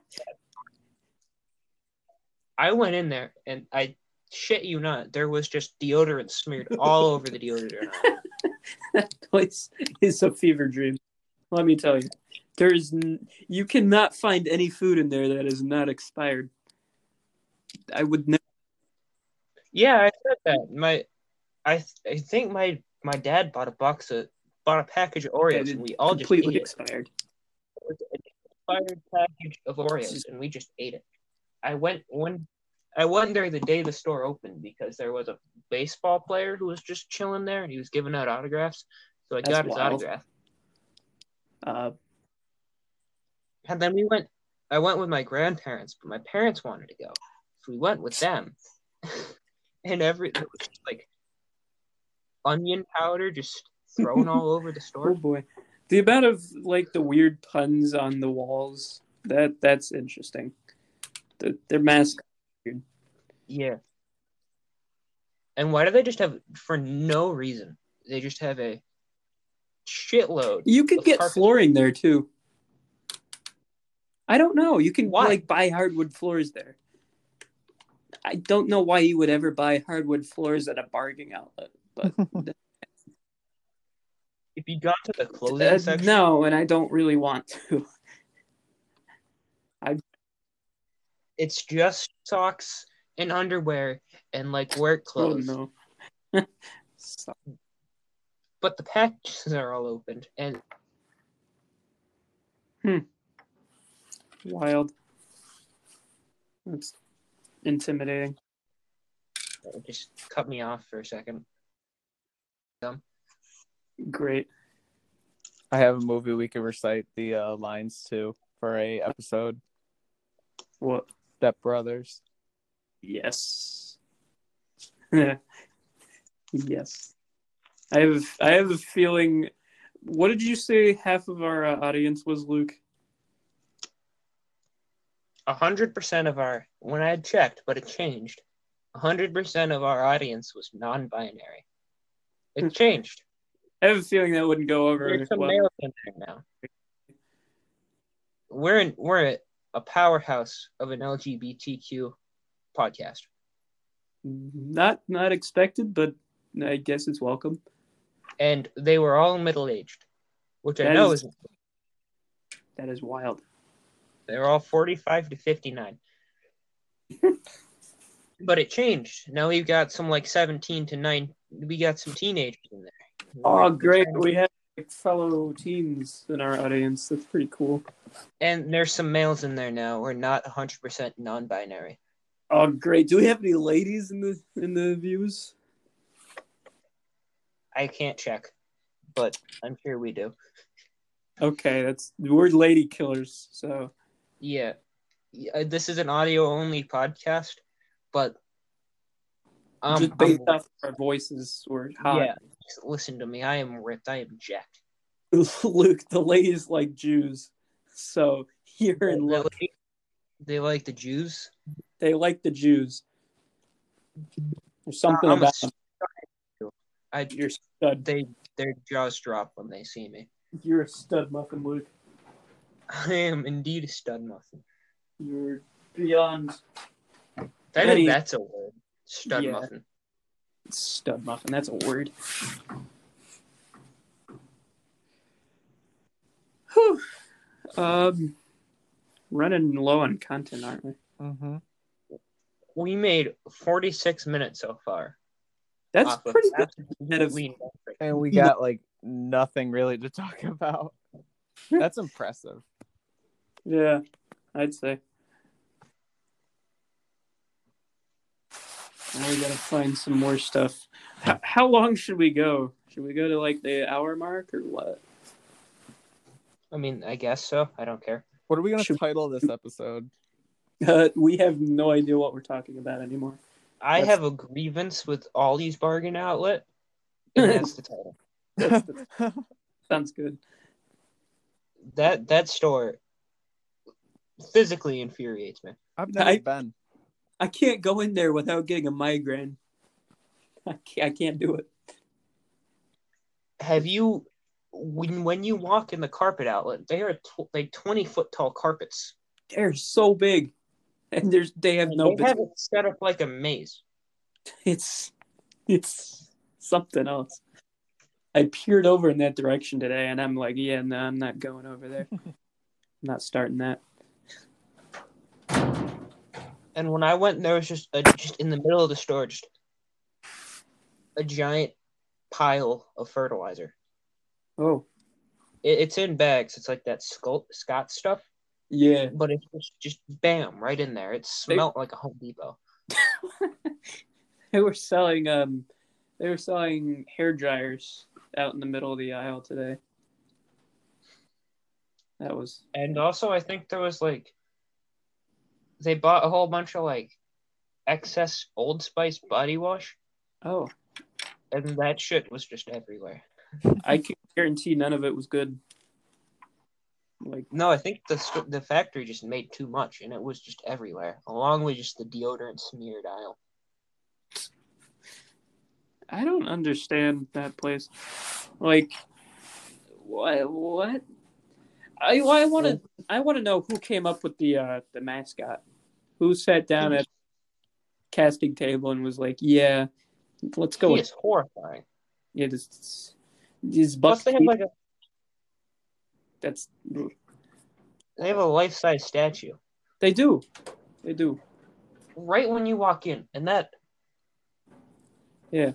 I went in there and I shit you not, there was just deodorant smeared all over the deodorant. aisle.
That place is a fever dream. Let me tell you, there is n- you cannot find any food in there that is not expired. I would never.
yeah, I said that. My, I, th- I think my my dad bought a box of bought a package of Oreos and we all just ate
completely
it.
expired.
It was an expired package of Oreos and we just ate it. I went one. I went there the day the store opened because there was a baseball player who was just chilling there and he was giving out autographs. So I
That's
got his
wild.
autograph.
Uh,
And then we went. I went with my grandparents, but my parents wanted to go, so we went with them. and every it was just like onion powder just thrown all over the
oh
store.
boy, the amount of like the weird puns on the walls that that's interesting. The, their mask
Yeah. And why do they just have for no reason? They just have a shitload.
You could
Of
get
carpet.
flooring there too. I don't know. You can
Why?
like buy hardwood floors there. I don't know why you would ever buy hardwood floors at a bargain outlet, but
If you got to the clothing
uh,
section,
no, and I don't really want to.
it's just socks and underwear and like work clothes.
Oh no. So-
But the packages are all opened, and
wild. That's intimidating.
it just cut me off for a second.
Great.
I have a movie we could recite the uh, lines to for a episode.
What?
Step Brothers.
Yes. yes. I have I have a feeling what did you say half of our uh, audience was Luke?
A hundred percent of our when I had checked, but it changed. A hundred percent of our audience was non-binary.
Hmm.
It changed.
I have a feeling that wouldn't go over
There's some
well.
males in there now. We're in, we're a- a powerhouse of an LGBTQ podcast.
Not not expected, but I guess it's welcome.
And they were all middle aged, which I
That
know
is-
is
That is wild.
they were all forty five to fifty nine. but it changed. Now we've got some like seventeen to nine we got some teenagers in there.
Oh, great!
Trying to
We have like, fellow teens in our audience. That's pretty cool.
And there's some males in there now. We're not 100% non binary.
Oh, great! Do we have any ladies in the in the views?
I can't check, but I'm sure we do.
Okay, that's we're lady killers. So
Yeah. Yeah, This is an audio only podcast, but. Um,
just based
I'm-
off our voices, we're hot.
yeah. just Listen to me. I am ripped. I am jacked.
Luke, the ladies like Jews, so you're in
They
luck.
like, they like the Jews.
They like the Jews. There's something
I'm a
about
s-
them.
I,
You're a stud.
they, their jaws drop when they see me.
You're a stud muffin, Luke.
I am indeed a stud muffin.
You're beyond.
I
Any-
think that's a word. Stud
Yeah.
muffin.
stud muffin. That's a word. Whew. Um, running low on content, aren't we?
Mm-hmm.
We made 46 minutes so far.
That's
off of
pretty good.
absolutely nothing.
And we got like nothing really to talk about. That's impressive.
Yeah, I'd say. Now we gotta find some more stuff. How, how long should we go? Should we go to like the hour mark or what?
I mean, I guess so. I don't care.
What are we gonna
Should-
title this episode?
Uh, we have no idea what we're talking about anymore.
I
That's-
have a grievance with Ollie's Bargain Outlet, and that's the title.
Sounds good.
That that store physically infuriates me.
I've never
I-
been.
I can't go in there without getting a migraine. I can't, I can't do it.
Have you when when you walk in the carpet outlet, they are tw- like twenty foot tall carpets.
They're so big, and there's they have no.
they
bus-
have it set up like a maze.
it's it's something else. I peered over in that direction today, and I'm like, yeah, no, I'm not going over there. I'm not starting that.
And when I went, there was just a, just in the middle of the store, just a giant pile of fertilizer.
Oh
It, it's in bags. It's like that Scott Scott stuff,
yeah,
but it's just, just bam right in there. It smelt like a Home Depot.
they were selling um, they were selling hair dryers out in the middle of the aisle today. That was
And also, I think there was like they bought a whole bunch of like excess Old Spice body wash,
oh,
and that shit was just everywhere.
I can guarantee none of it was good. Like
No, I think the st- the factory just made too much, and it was just everywhere, along with just the deodorant smeared aisle.
I don't understand that place. Like, what? What? I I want to I want to know who came up with the uh, the mascot. Who sat down at casting table and was like, "Yeah, let's go."
He
With,
is horrifying.
yeah, this this
Plus,
buck.
they have like a
That's
they have a life size statue
they do, they do.
right when you walk in, and that
Yeah.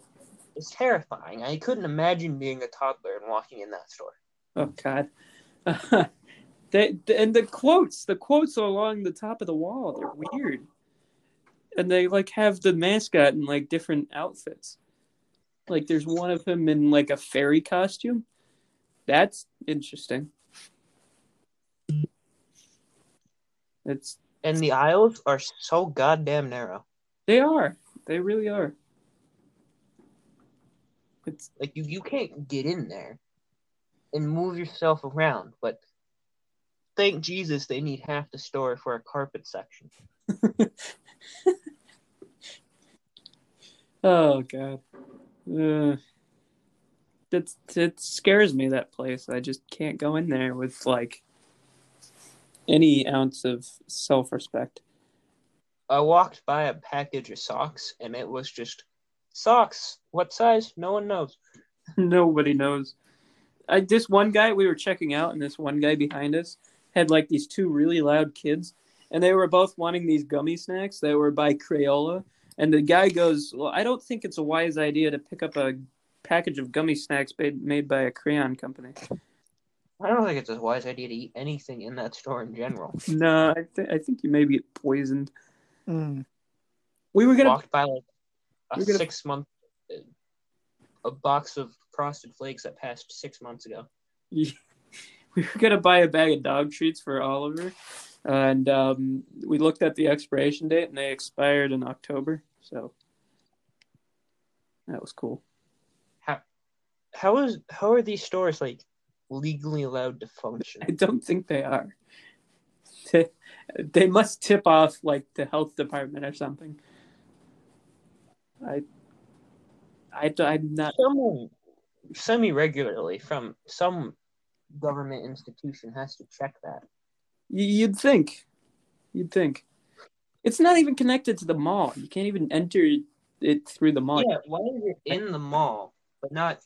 it's terrifying. I couldn't imagine being a toddler and walking in that store.
Oh God. they, and the quotes, the quotes are along the top of the wall. They're weird, and they like have the mascot in like different outfits. Like there's one of him in like a fairy costume. That's interesting. It's
And the aisles are so goddamn narrow.
they are. They really are. It's
Like you, you can't get in there and move yourself around. But thank Jesus they need half the store for a carpet section.
oh god. Uh, that's it scares me that place. I just can't go in there with like any ounce of self respect.
I walked by a package of socks, and it was just socks. What size? No one knows.
Nobody knows. I this one guy we were checking out and this one guy behind us had like these two really loud kids and they were both wanting these gummy snacks that were by Crayola and the guy goes, "Well, I don't think it's a wise idea to pick up a package of gummy snacks made, made by a crayon company."
I don't think it's a wise idea to eat anything in that store in general.
No, I, th- I think you maybe get poisoned.
Mm.
We were gonna.
walked by like a
We're gonna-
six month a box of frosted flakes that passed six months ago.
we were gonna buy a bag of dog treats for Oliver, and um, we looked at the expiration date, and they expired in October. So that was cool.
How is how are these stores like legally allowed to function?
I don't think they are. They, they must tip off like the health department or something. I, I, I'm not.
Someone semi regularly from some government institution has to check that.
y- You'd think, you'd think, it's not even connected to the mall. You can't even enter it through the mall.
Yeah, why is it in the mall but not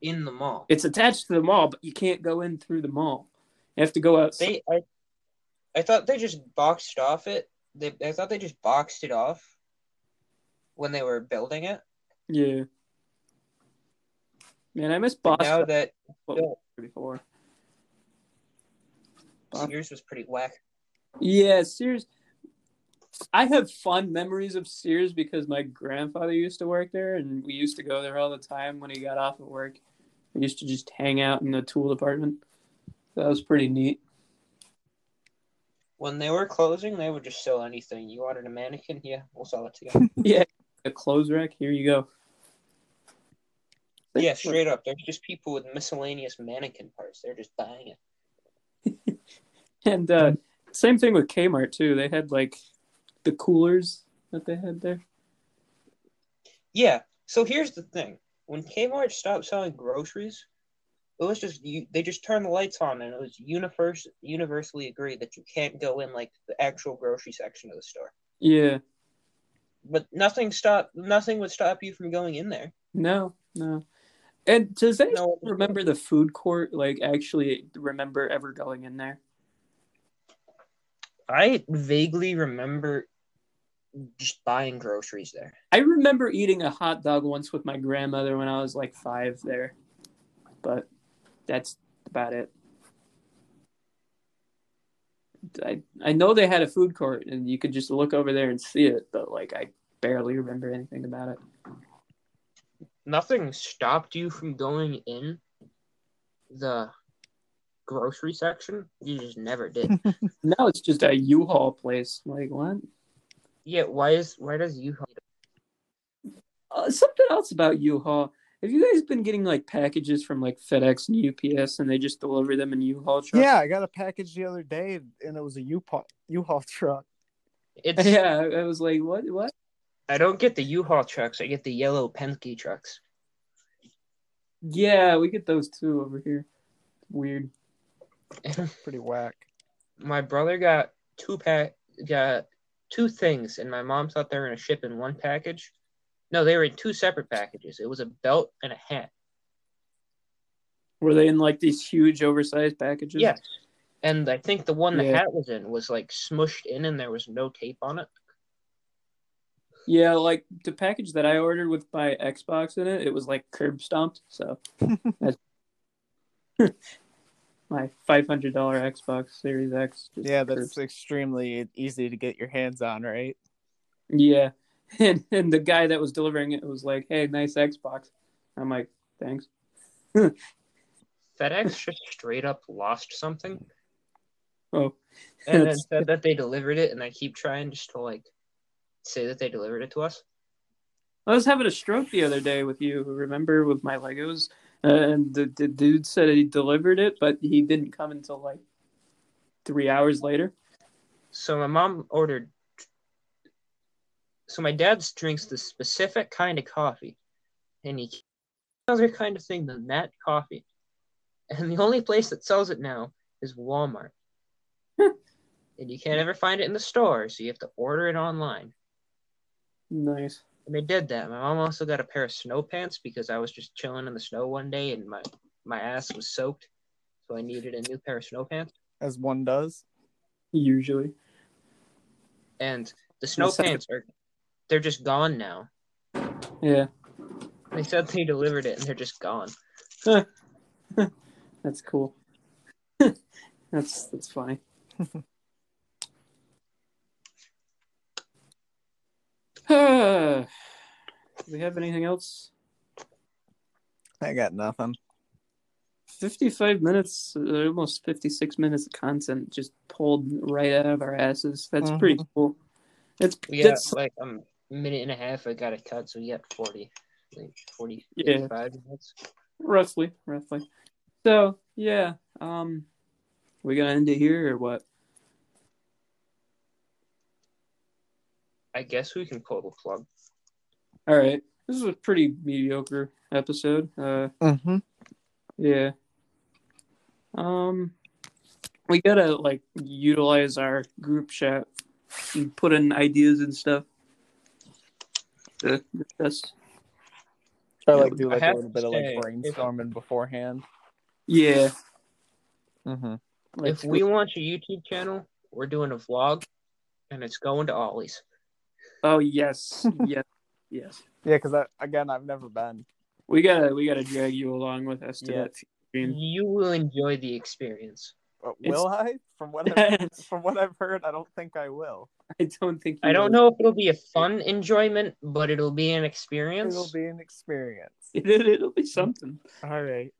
in the mall?
It's attached to the mall, but you can't go in through the mall. You have to go outside.
They, I, I thought they just boxed off it. They, I thought they just boxed it off when they were building it.
yeah. Man, I miss
But
Boston
Now that
before. Box-
Sears was pretty whack.
Yeah, Sears. I have fond memories of Sears because my grandfather used to work there, and we used to go there all the time when he got off of work. We used to just hang out in the tool department. That was pretty neat.
When they were closing, they would just sell anything. You wanted a mannequin? Yeah, we'll sell it to you.
The clothes rack, here you go.
yeah, straight up. There's just people with miscellaneous mannequin parts. They're just buying it.
And uh, same thing with Kmart too. They had like the coolers that they had there.
Yeah. So here's the thing: when Kmart stopped selling groceries, it was just you, they just turned the lights on, and it was universe, universally agreed that you can't go in like the actual grocery section of the store.
Yeah.
But nothing stopped. Nothing would stop you from going in there.
No. No. And does anyone
No,
remember the food court? Like, actually, remember ever going in there?
I vaguely remember just buying groceries there.
I remember eating a hot dog once with my grandmother when I was like five there, but that's about it. I I know they had a food court and you could just look over there and see it, but like I barely remember anything about it.
Nothing stopped you from going in the grocery section. You just never did.
Now it's just a U-Haul place. Like what?
yeah. Why is why does you
Uh, something else about U-Haul. Have you guys been getting like packages from like FedEx and UPS and they just deliver them in U-Haul trucks?
Yeah, I got a package the other day, and it was a U-Haul U-Haul truck.
it's
Yeah, I I was like, what? What?
I don't get the U-Haul trucks. I get the yellow Penske trucks.
Yeah, we get those too over here. Weird.
Pretty whack.
My brother got two pack got two things, and my mom thought they were gonna ship in one package. No, they were in two separate packages. It was a belt and a hat.
Were they in like these huge oversized packages?
Yes. And I think the one the
Yeah.
hat was in was like smushed in, and there was no tape on it.
Yeah, like the package that I ordered with my Xbox in it, it was like curb stomped. So that's my five hundred dollar Xbox Series X. just
Yeah,
curb-
that's
e-,
extremely easy to get your hands on, right?
yeah. And and the guy that was delivering it was like, Hey, nice Xbox. I'm like, Thanks.
FedEx just straight up lost something,
Oh
and then
That's-
said that they delivered it. And I keep trying just to like say that they delivered it to us.
I was having a stroke the other day with you, remember, with my Legos. Uh, And the, the dude said he delivered it, but he didn't come until like three hours later.
So my mom ordered. So my dad drinks the specific kind of coffee, and he other kind of thing than that coffee, and the only place that sells it now is Walmart. and you can't ever find it in the store, so you have to order it online.
Nice.
And they did that. My mom also got a pair of snow pants because I was just chilling in the snow one day and my my ass was soaked, so I needed a new pair of snow pants.
As one does.
Usually.
And the snow
That's-
pants are they're just gone now.
Yeah,
They said they delivered it and they're just gone.
that's cool. that's that's funny. Do we have anything else?
I got nothing.
55 minutes, uh, almost 56 minutes of content just pulled right out of our asses. That's
Mhm.
Mm-hmm.
pretty cool. That's,
We got
that's
like um, a minute and a half. I got a cut, so we got 40, like 40,
Yeah.
55 minutes.
roughly, roughly. So, yeah, um, we gonna end it here or what?
I guess we can pull the plug.
All right, this is a pretty mediocre episode. Uh,
Mm-hmm.
Yeah. Um, we gotta like utilize our group chat and put in ideas and stuff. the best.
Try like do like
I
a
have
little
to
bit of like
say, if-
brainstorming beforehand.
Yeah.
Mm-hmm.
like-
If we launch a YouTube channel, we're doing a vlog, and it's going to Ollie's.
Oh yes, yes, yes.
Yeah, because again, I've never been.
We gotta we gotta drag you along with us to
Yeah.
that feeding.
You will enjoy the experience.
But
It's-
will I? From what I've,
I
from what I've heard, I don't think I will.
don't think
I don't
will.
know if it'll be a fun enjoyment, but it'll be an experience.
It'll be an experience.
It, it'll be something.
All right.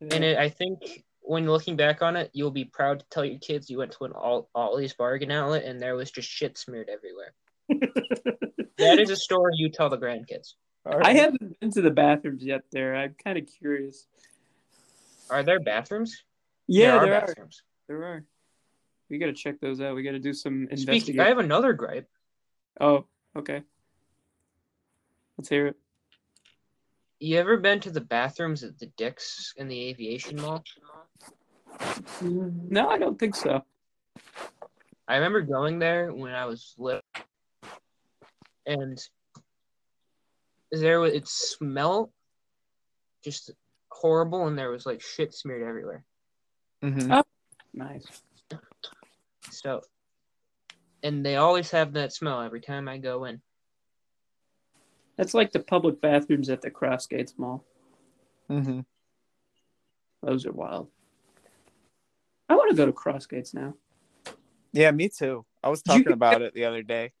And it, I think when looking back on it, you'll be proud to tell your kids you went to an all Ollie's bargain outlet and there was just shit smeared everywhere. that is a story you tell the grandkids.
All
I
right.
haven't been to the bathrooms yet. There, I'm kind of curious.
Are there bathrooms?
Yeah, there, are.
bathrooms.
There are. We gotta check those out. We gotta do some
Speaking, I
investigation.
have another gripe.
Oh, okay. Let's hear it.
You ever been to the bathrooms at the Dicks in the Aviation Mall? Mm-hmm.
No, I don't think so.
I remember going there when I was little, and there was it smelled just horrible, and there was like shit smeared everywhere.
Mm-hmm.
Nice.
So, and they always have that smell every time I go in.
That's like the public bathrooms at the Crossgates Mall.
Mm-hmm.
Those are wild. I want to go to Crossgates now.
Yeah, me too. I was talking about it the other day.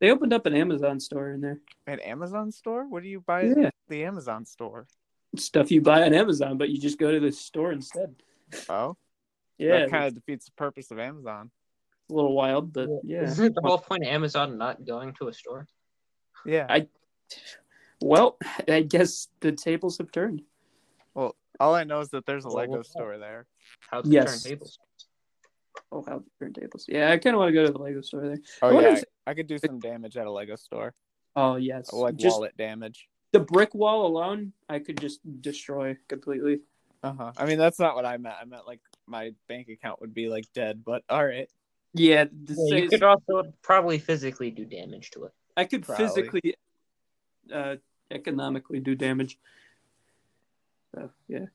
They opened up an Amazon store in there.
An Amazon store? What do you buy at
Yeah,
the Amazon store?
stuff you buy on Amazon, but you just go to the store instead.
Oh,
Yeah,
that kind of defeats the purpose of Amazon.
it's a little wild, but yeah.
Isn't it the whole point of Amazon not going to a store?
Yeah.
I- Well, I guess the tables have turned.
All I know is that there's a
Well,
Lego
what's that?
store there.
How to
Yes.
turn tables?
Oh, how different tables. Yeah, I kind of want to go to the Lego store there. I
Oh
wonder
yeah,
if-
I could do some damage at a Lego store.
Oh yes,
Like
just
wallet damage.
the brick wall alone, I could just destroy completely.
Uh huh. I mean, that's not what I meant. I meant like my bank account would be like dead. But all right.
Yeah, the
Yeah, you
same-
could also probably physically do damage to it.
I could
Probably.
physically, uh, economically do damage. So yeah,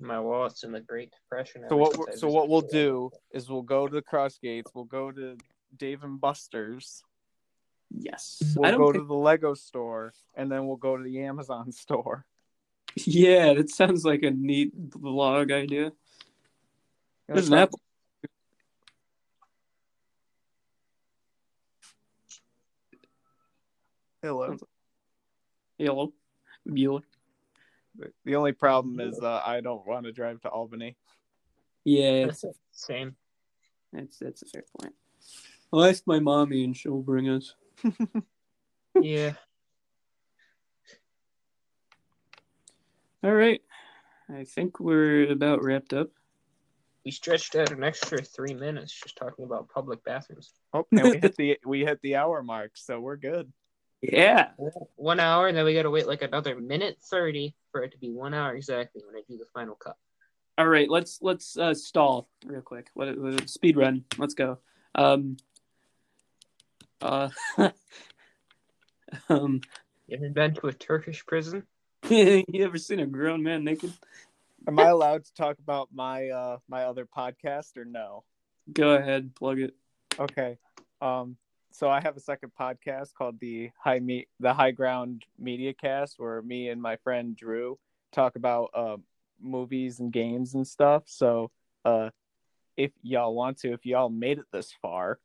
My wallet's in the Great Depression.
So
ever
what?
since
We're,
I
so
was-
what we'll do is we'll go to the cross gates. We'll go to Dave and Buster's.
yes. I
We'll
don't
go
think-
to the Lego store, and then we'll go to the Amazon store.
Yeah, that sounds like a neat vlog idea. There's an apple.
Hello.
Yellow. Bueller.
The only problem is uh, I don't want to drive to Albany.
Yeah, that's,
Same.
that's that's a fair point. I'll ask my mommy and she'll bring us.
Yeah.
All right. I think we're about wrapped up.
We stretched out an extra three minutes just talking about public bathrooms.
Oh, and we hit the we hit the hour mark, so we're good.
Yeah.
One hour, and then we got to wait like another minute 30 for it to be one hour exactly when I do the final cut.
All right. Let's let's uh, stall real quick. What, what speed run? Let's go. Um. Uh. um.
You ever been to a Turkish prison?
you ever seen a grown man naked?
Am I allowed to talk about my uh my other podcast or no?
Go ahead, plug it.
Okay. Um so I have a second podcast called the High Meet the High Ground Media Cast where me and my friend Drew talk about uh movies and games and stuff. So uh if y'all want to, if y'all made it this far,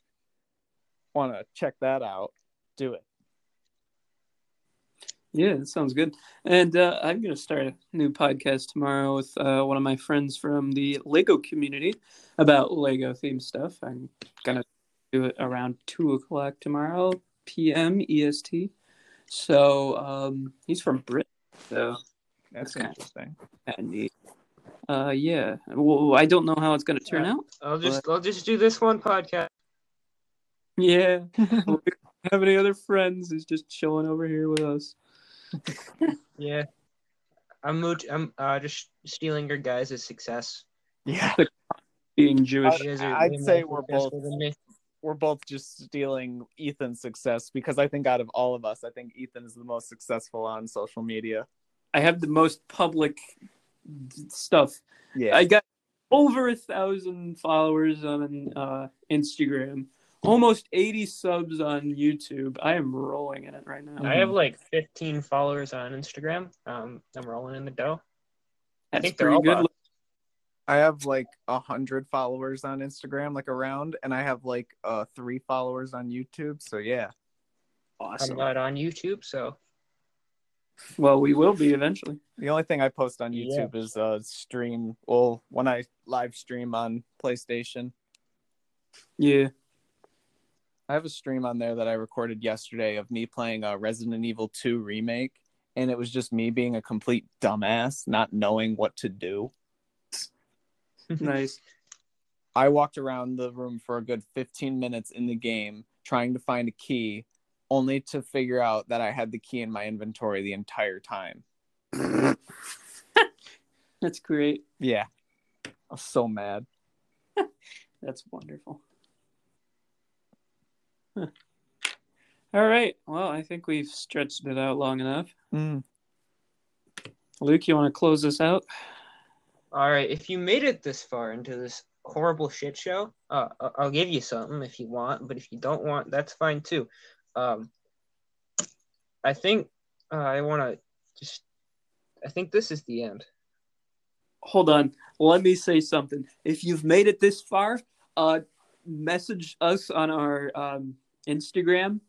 wanna check that out, do it.
Yeah, that sounds good. And uh, I'm going to start a new podcast tomorrow with uh, one of my friends from the Lego community about Lego theme stuff. I'm going to do it around 2 o'clock tomorrow, p.m. EST. So um, he's from Britain. So
That's
Okay.
interesting.
kind of neat. Uh, yeah. Well, I don't know how it's going to turn out.
I'll just I'll just do this one podcast.
Yeah. we don't have any other friends. He's just chilling over here with us.
Yeah. I'm moot, I'm uh, just stealing your guys' success.
Yeah.
Being
You
Jewish.
guys are
I'd
way more
say we're
successful
both-
than me.
we're both just stealing Ethan's success because I think out of all of us, I think Ethan is the most successful on social media.
I have the most public stuff.
Yeah.
I got over a thousand followers on uh, Instagram, almost 80 subs on YouTube. I am rolling in it right
Hmm.
now.
I have like 15 followers on Instagram. Um, I'm rolling in the dough. I
That's
think they're
pretty
all
good.
bots.
I have like a hundred followers on Instagram, like around, and I have like uh three followers on YouTube. So yeah.
I'm
Awesome.
not on YouTube, so
Well, we will be eventually.
The only thing I post on
Yeah.
YouTube is uh stream well when I live stream on PlayStation.
Yeah.
I have a stream on there that I recorded yesterday of me playing a Resident Evil 2 remake, and it was just me being a complete dumbass, not knowing what to do.
Nice.
I walked around the room for a good 15 minutes in the game trying to find a key, only to figure out that I had the key in my inventory the entire time.
That's great.
Yeah. I was so mad.
That's wonderful. Huh. All right. Well, I think we've stretched it out long enough. Luke, you want to close this out?
all right. If you made it this far into this horrible shit show, uh, I- I'll give you something if you want, but if you don't want, that's fine too. Um, I think uh, I want to just. I think this is the end.
Hold on. Let me say something. If you've made it this far, uh, message us on our um, Instagram.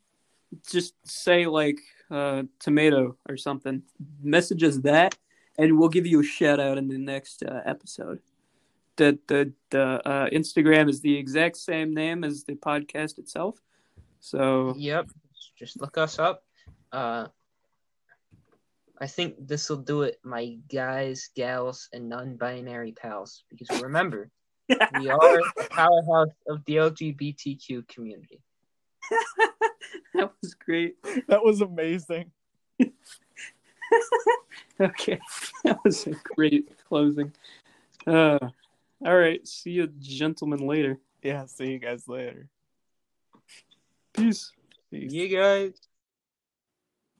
Just say like uh, tomato or something. Message us that, and we'll give you a shout out in the next uh, episode. The the the uh, Instagram is the exact same name as the podcast itself. So
Yep. Just look us up. Uh, I think this will do it, my guys, gals, and non binary pals. Because remember, we are the powerhouse of the LGBTQ community.
that was great.
That was amazing.
Okay, that was a great closing. Uh, all right, see you, gentlemen, later.
Yeah, see you guys later.
Peace.
Peace.
You guys.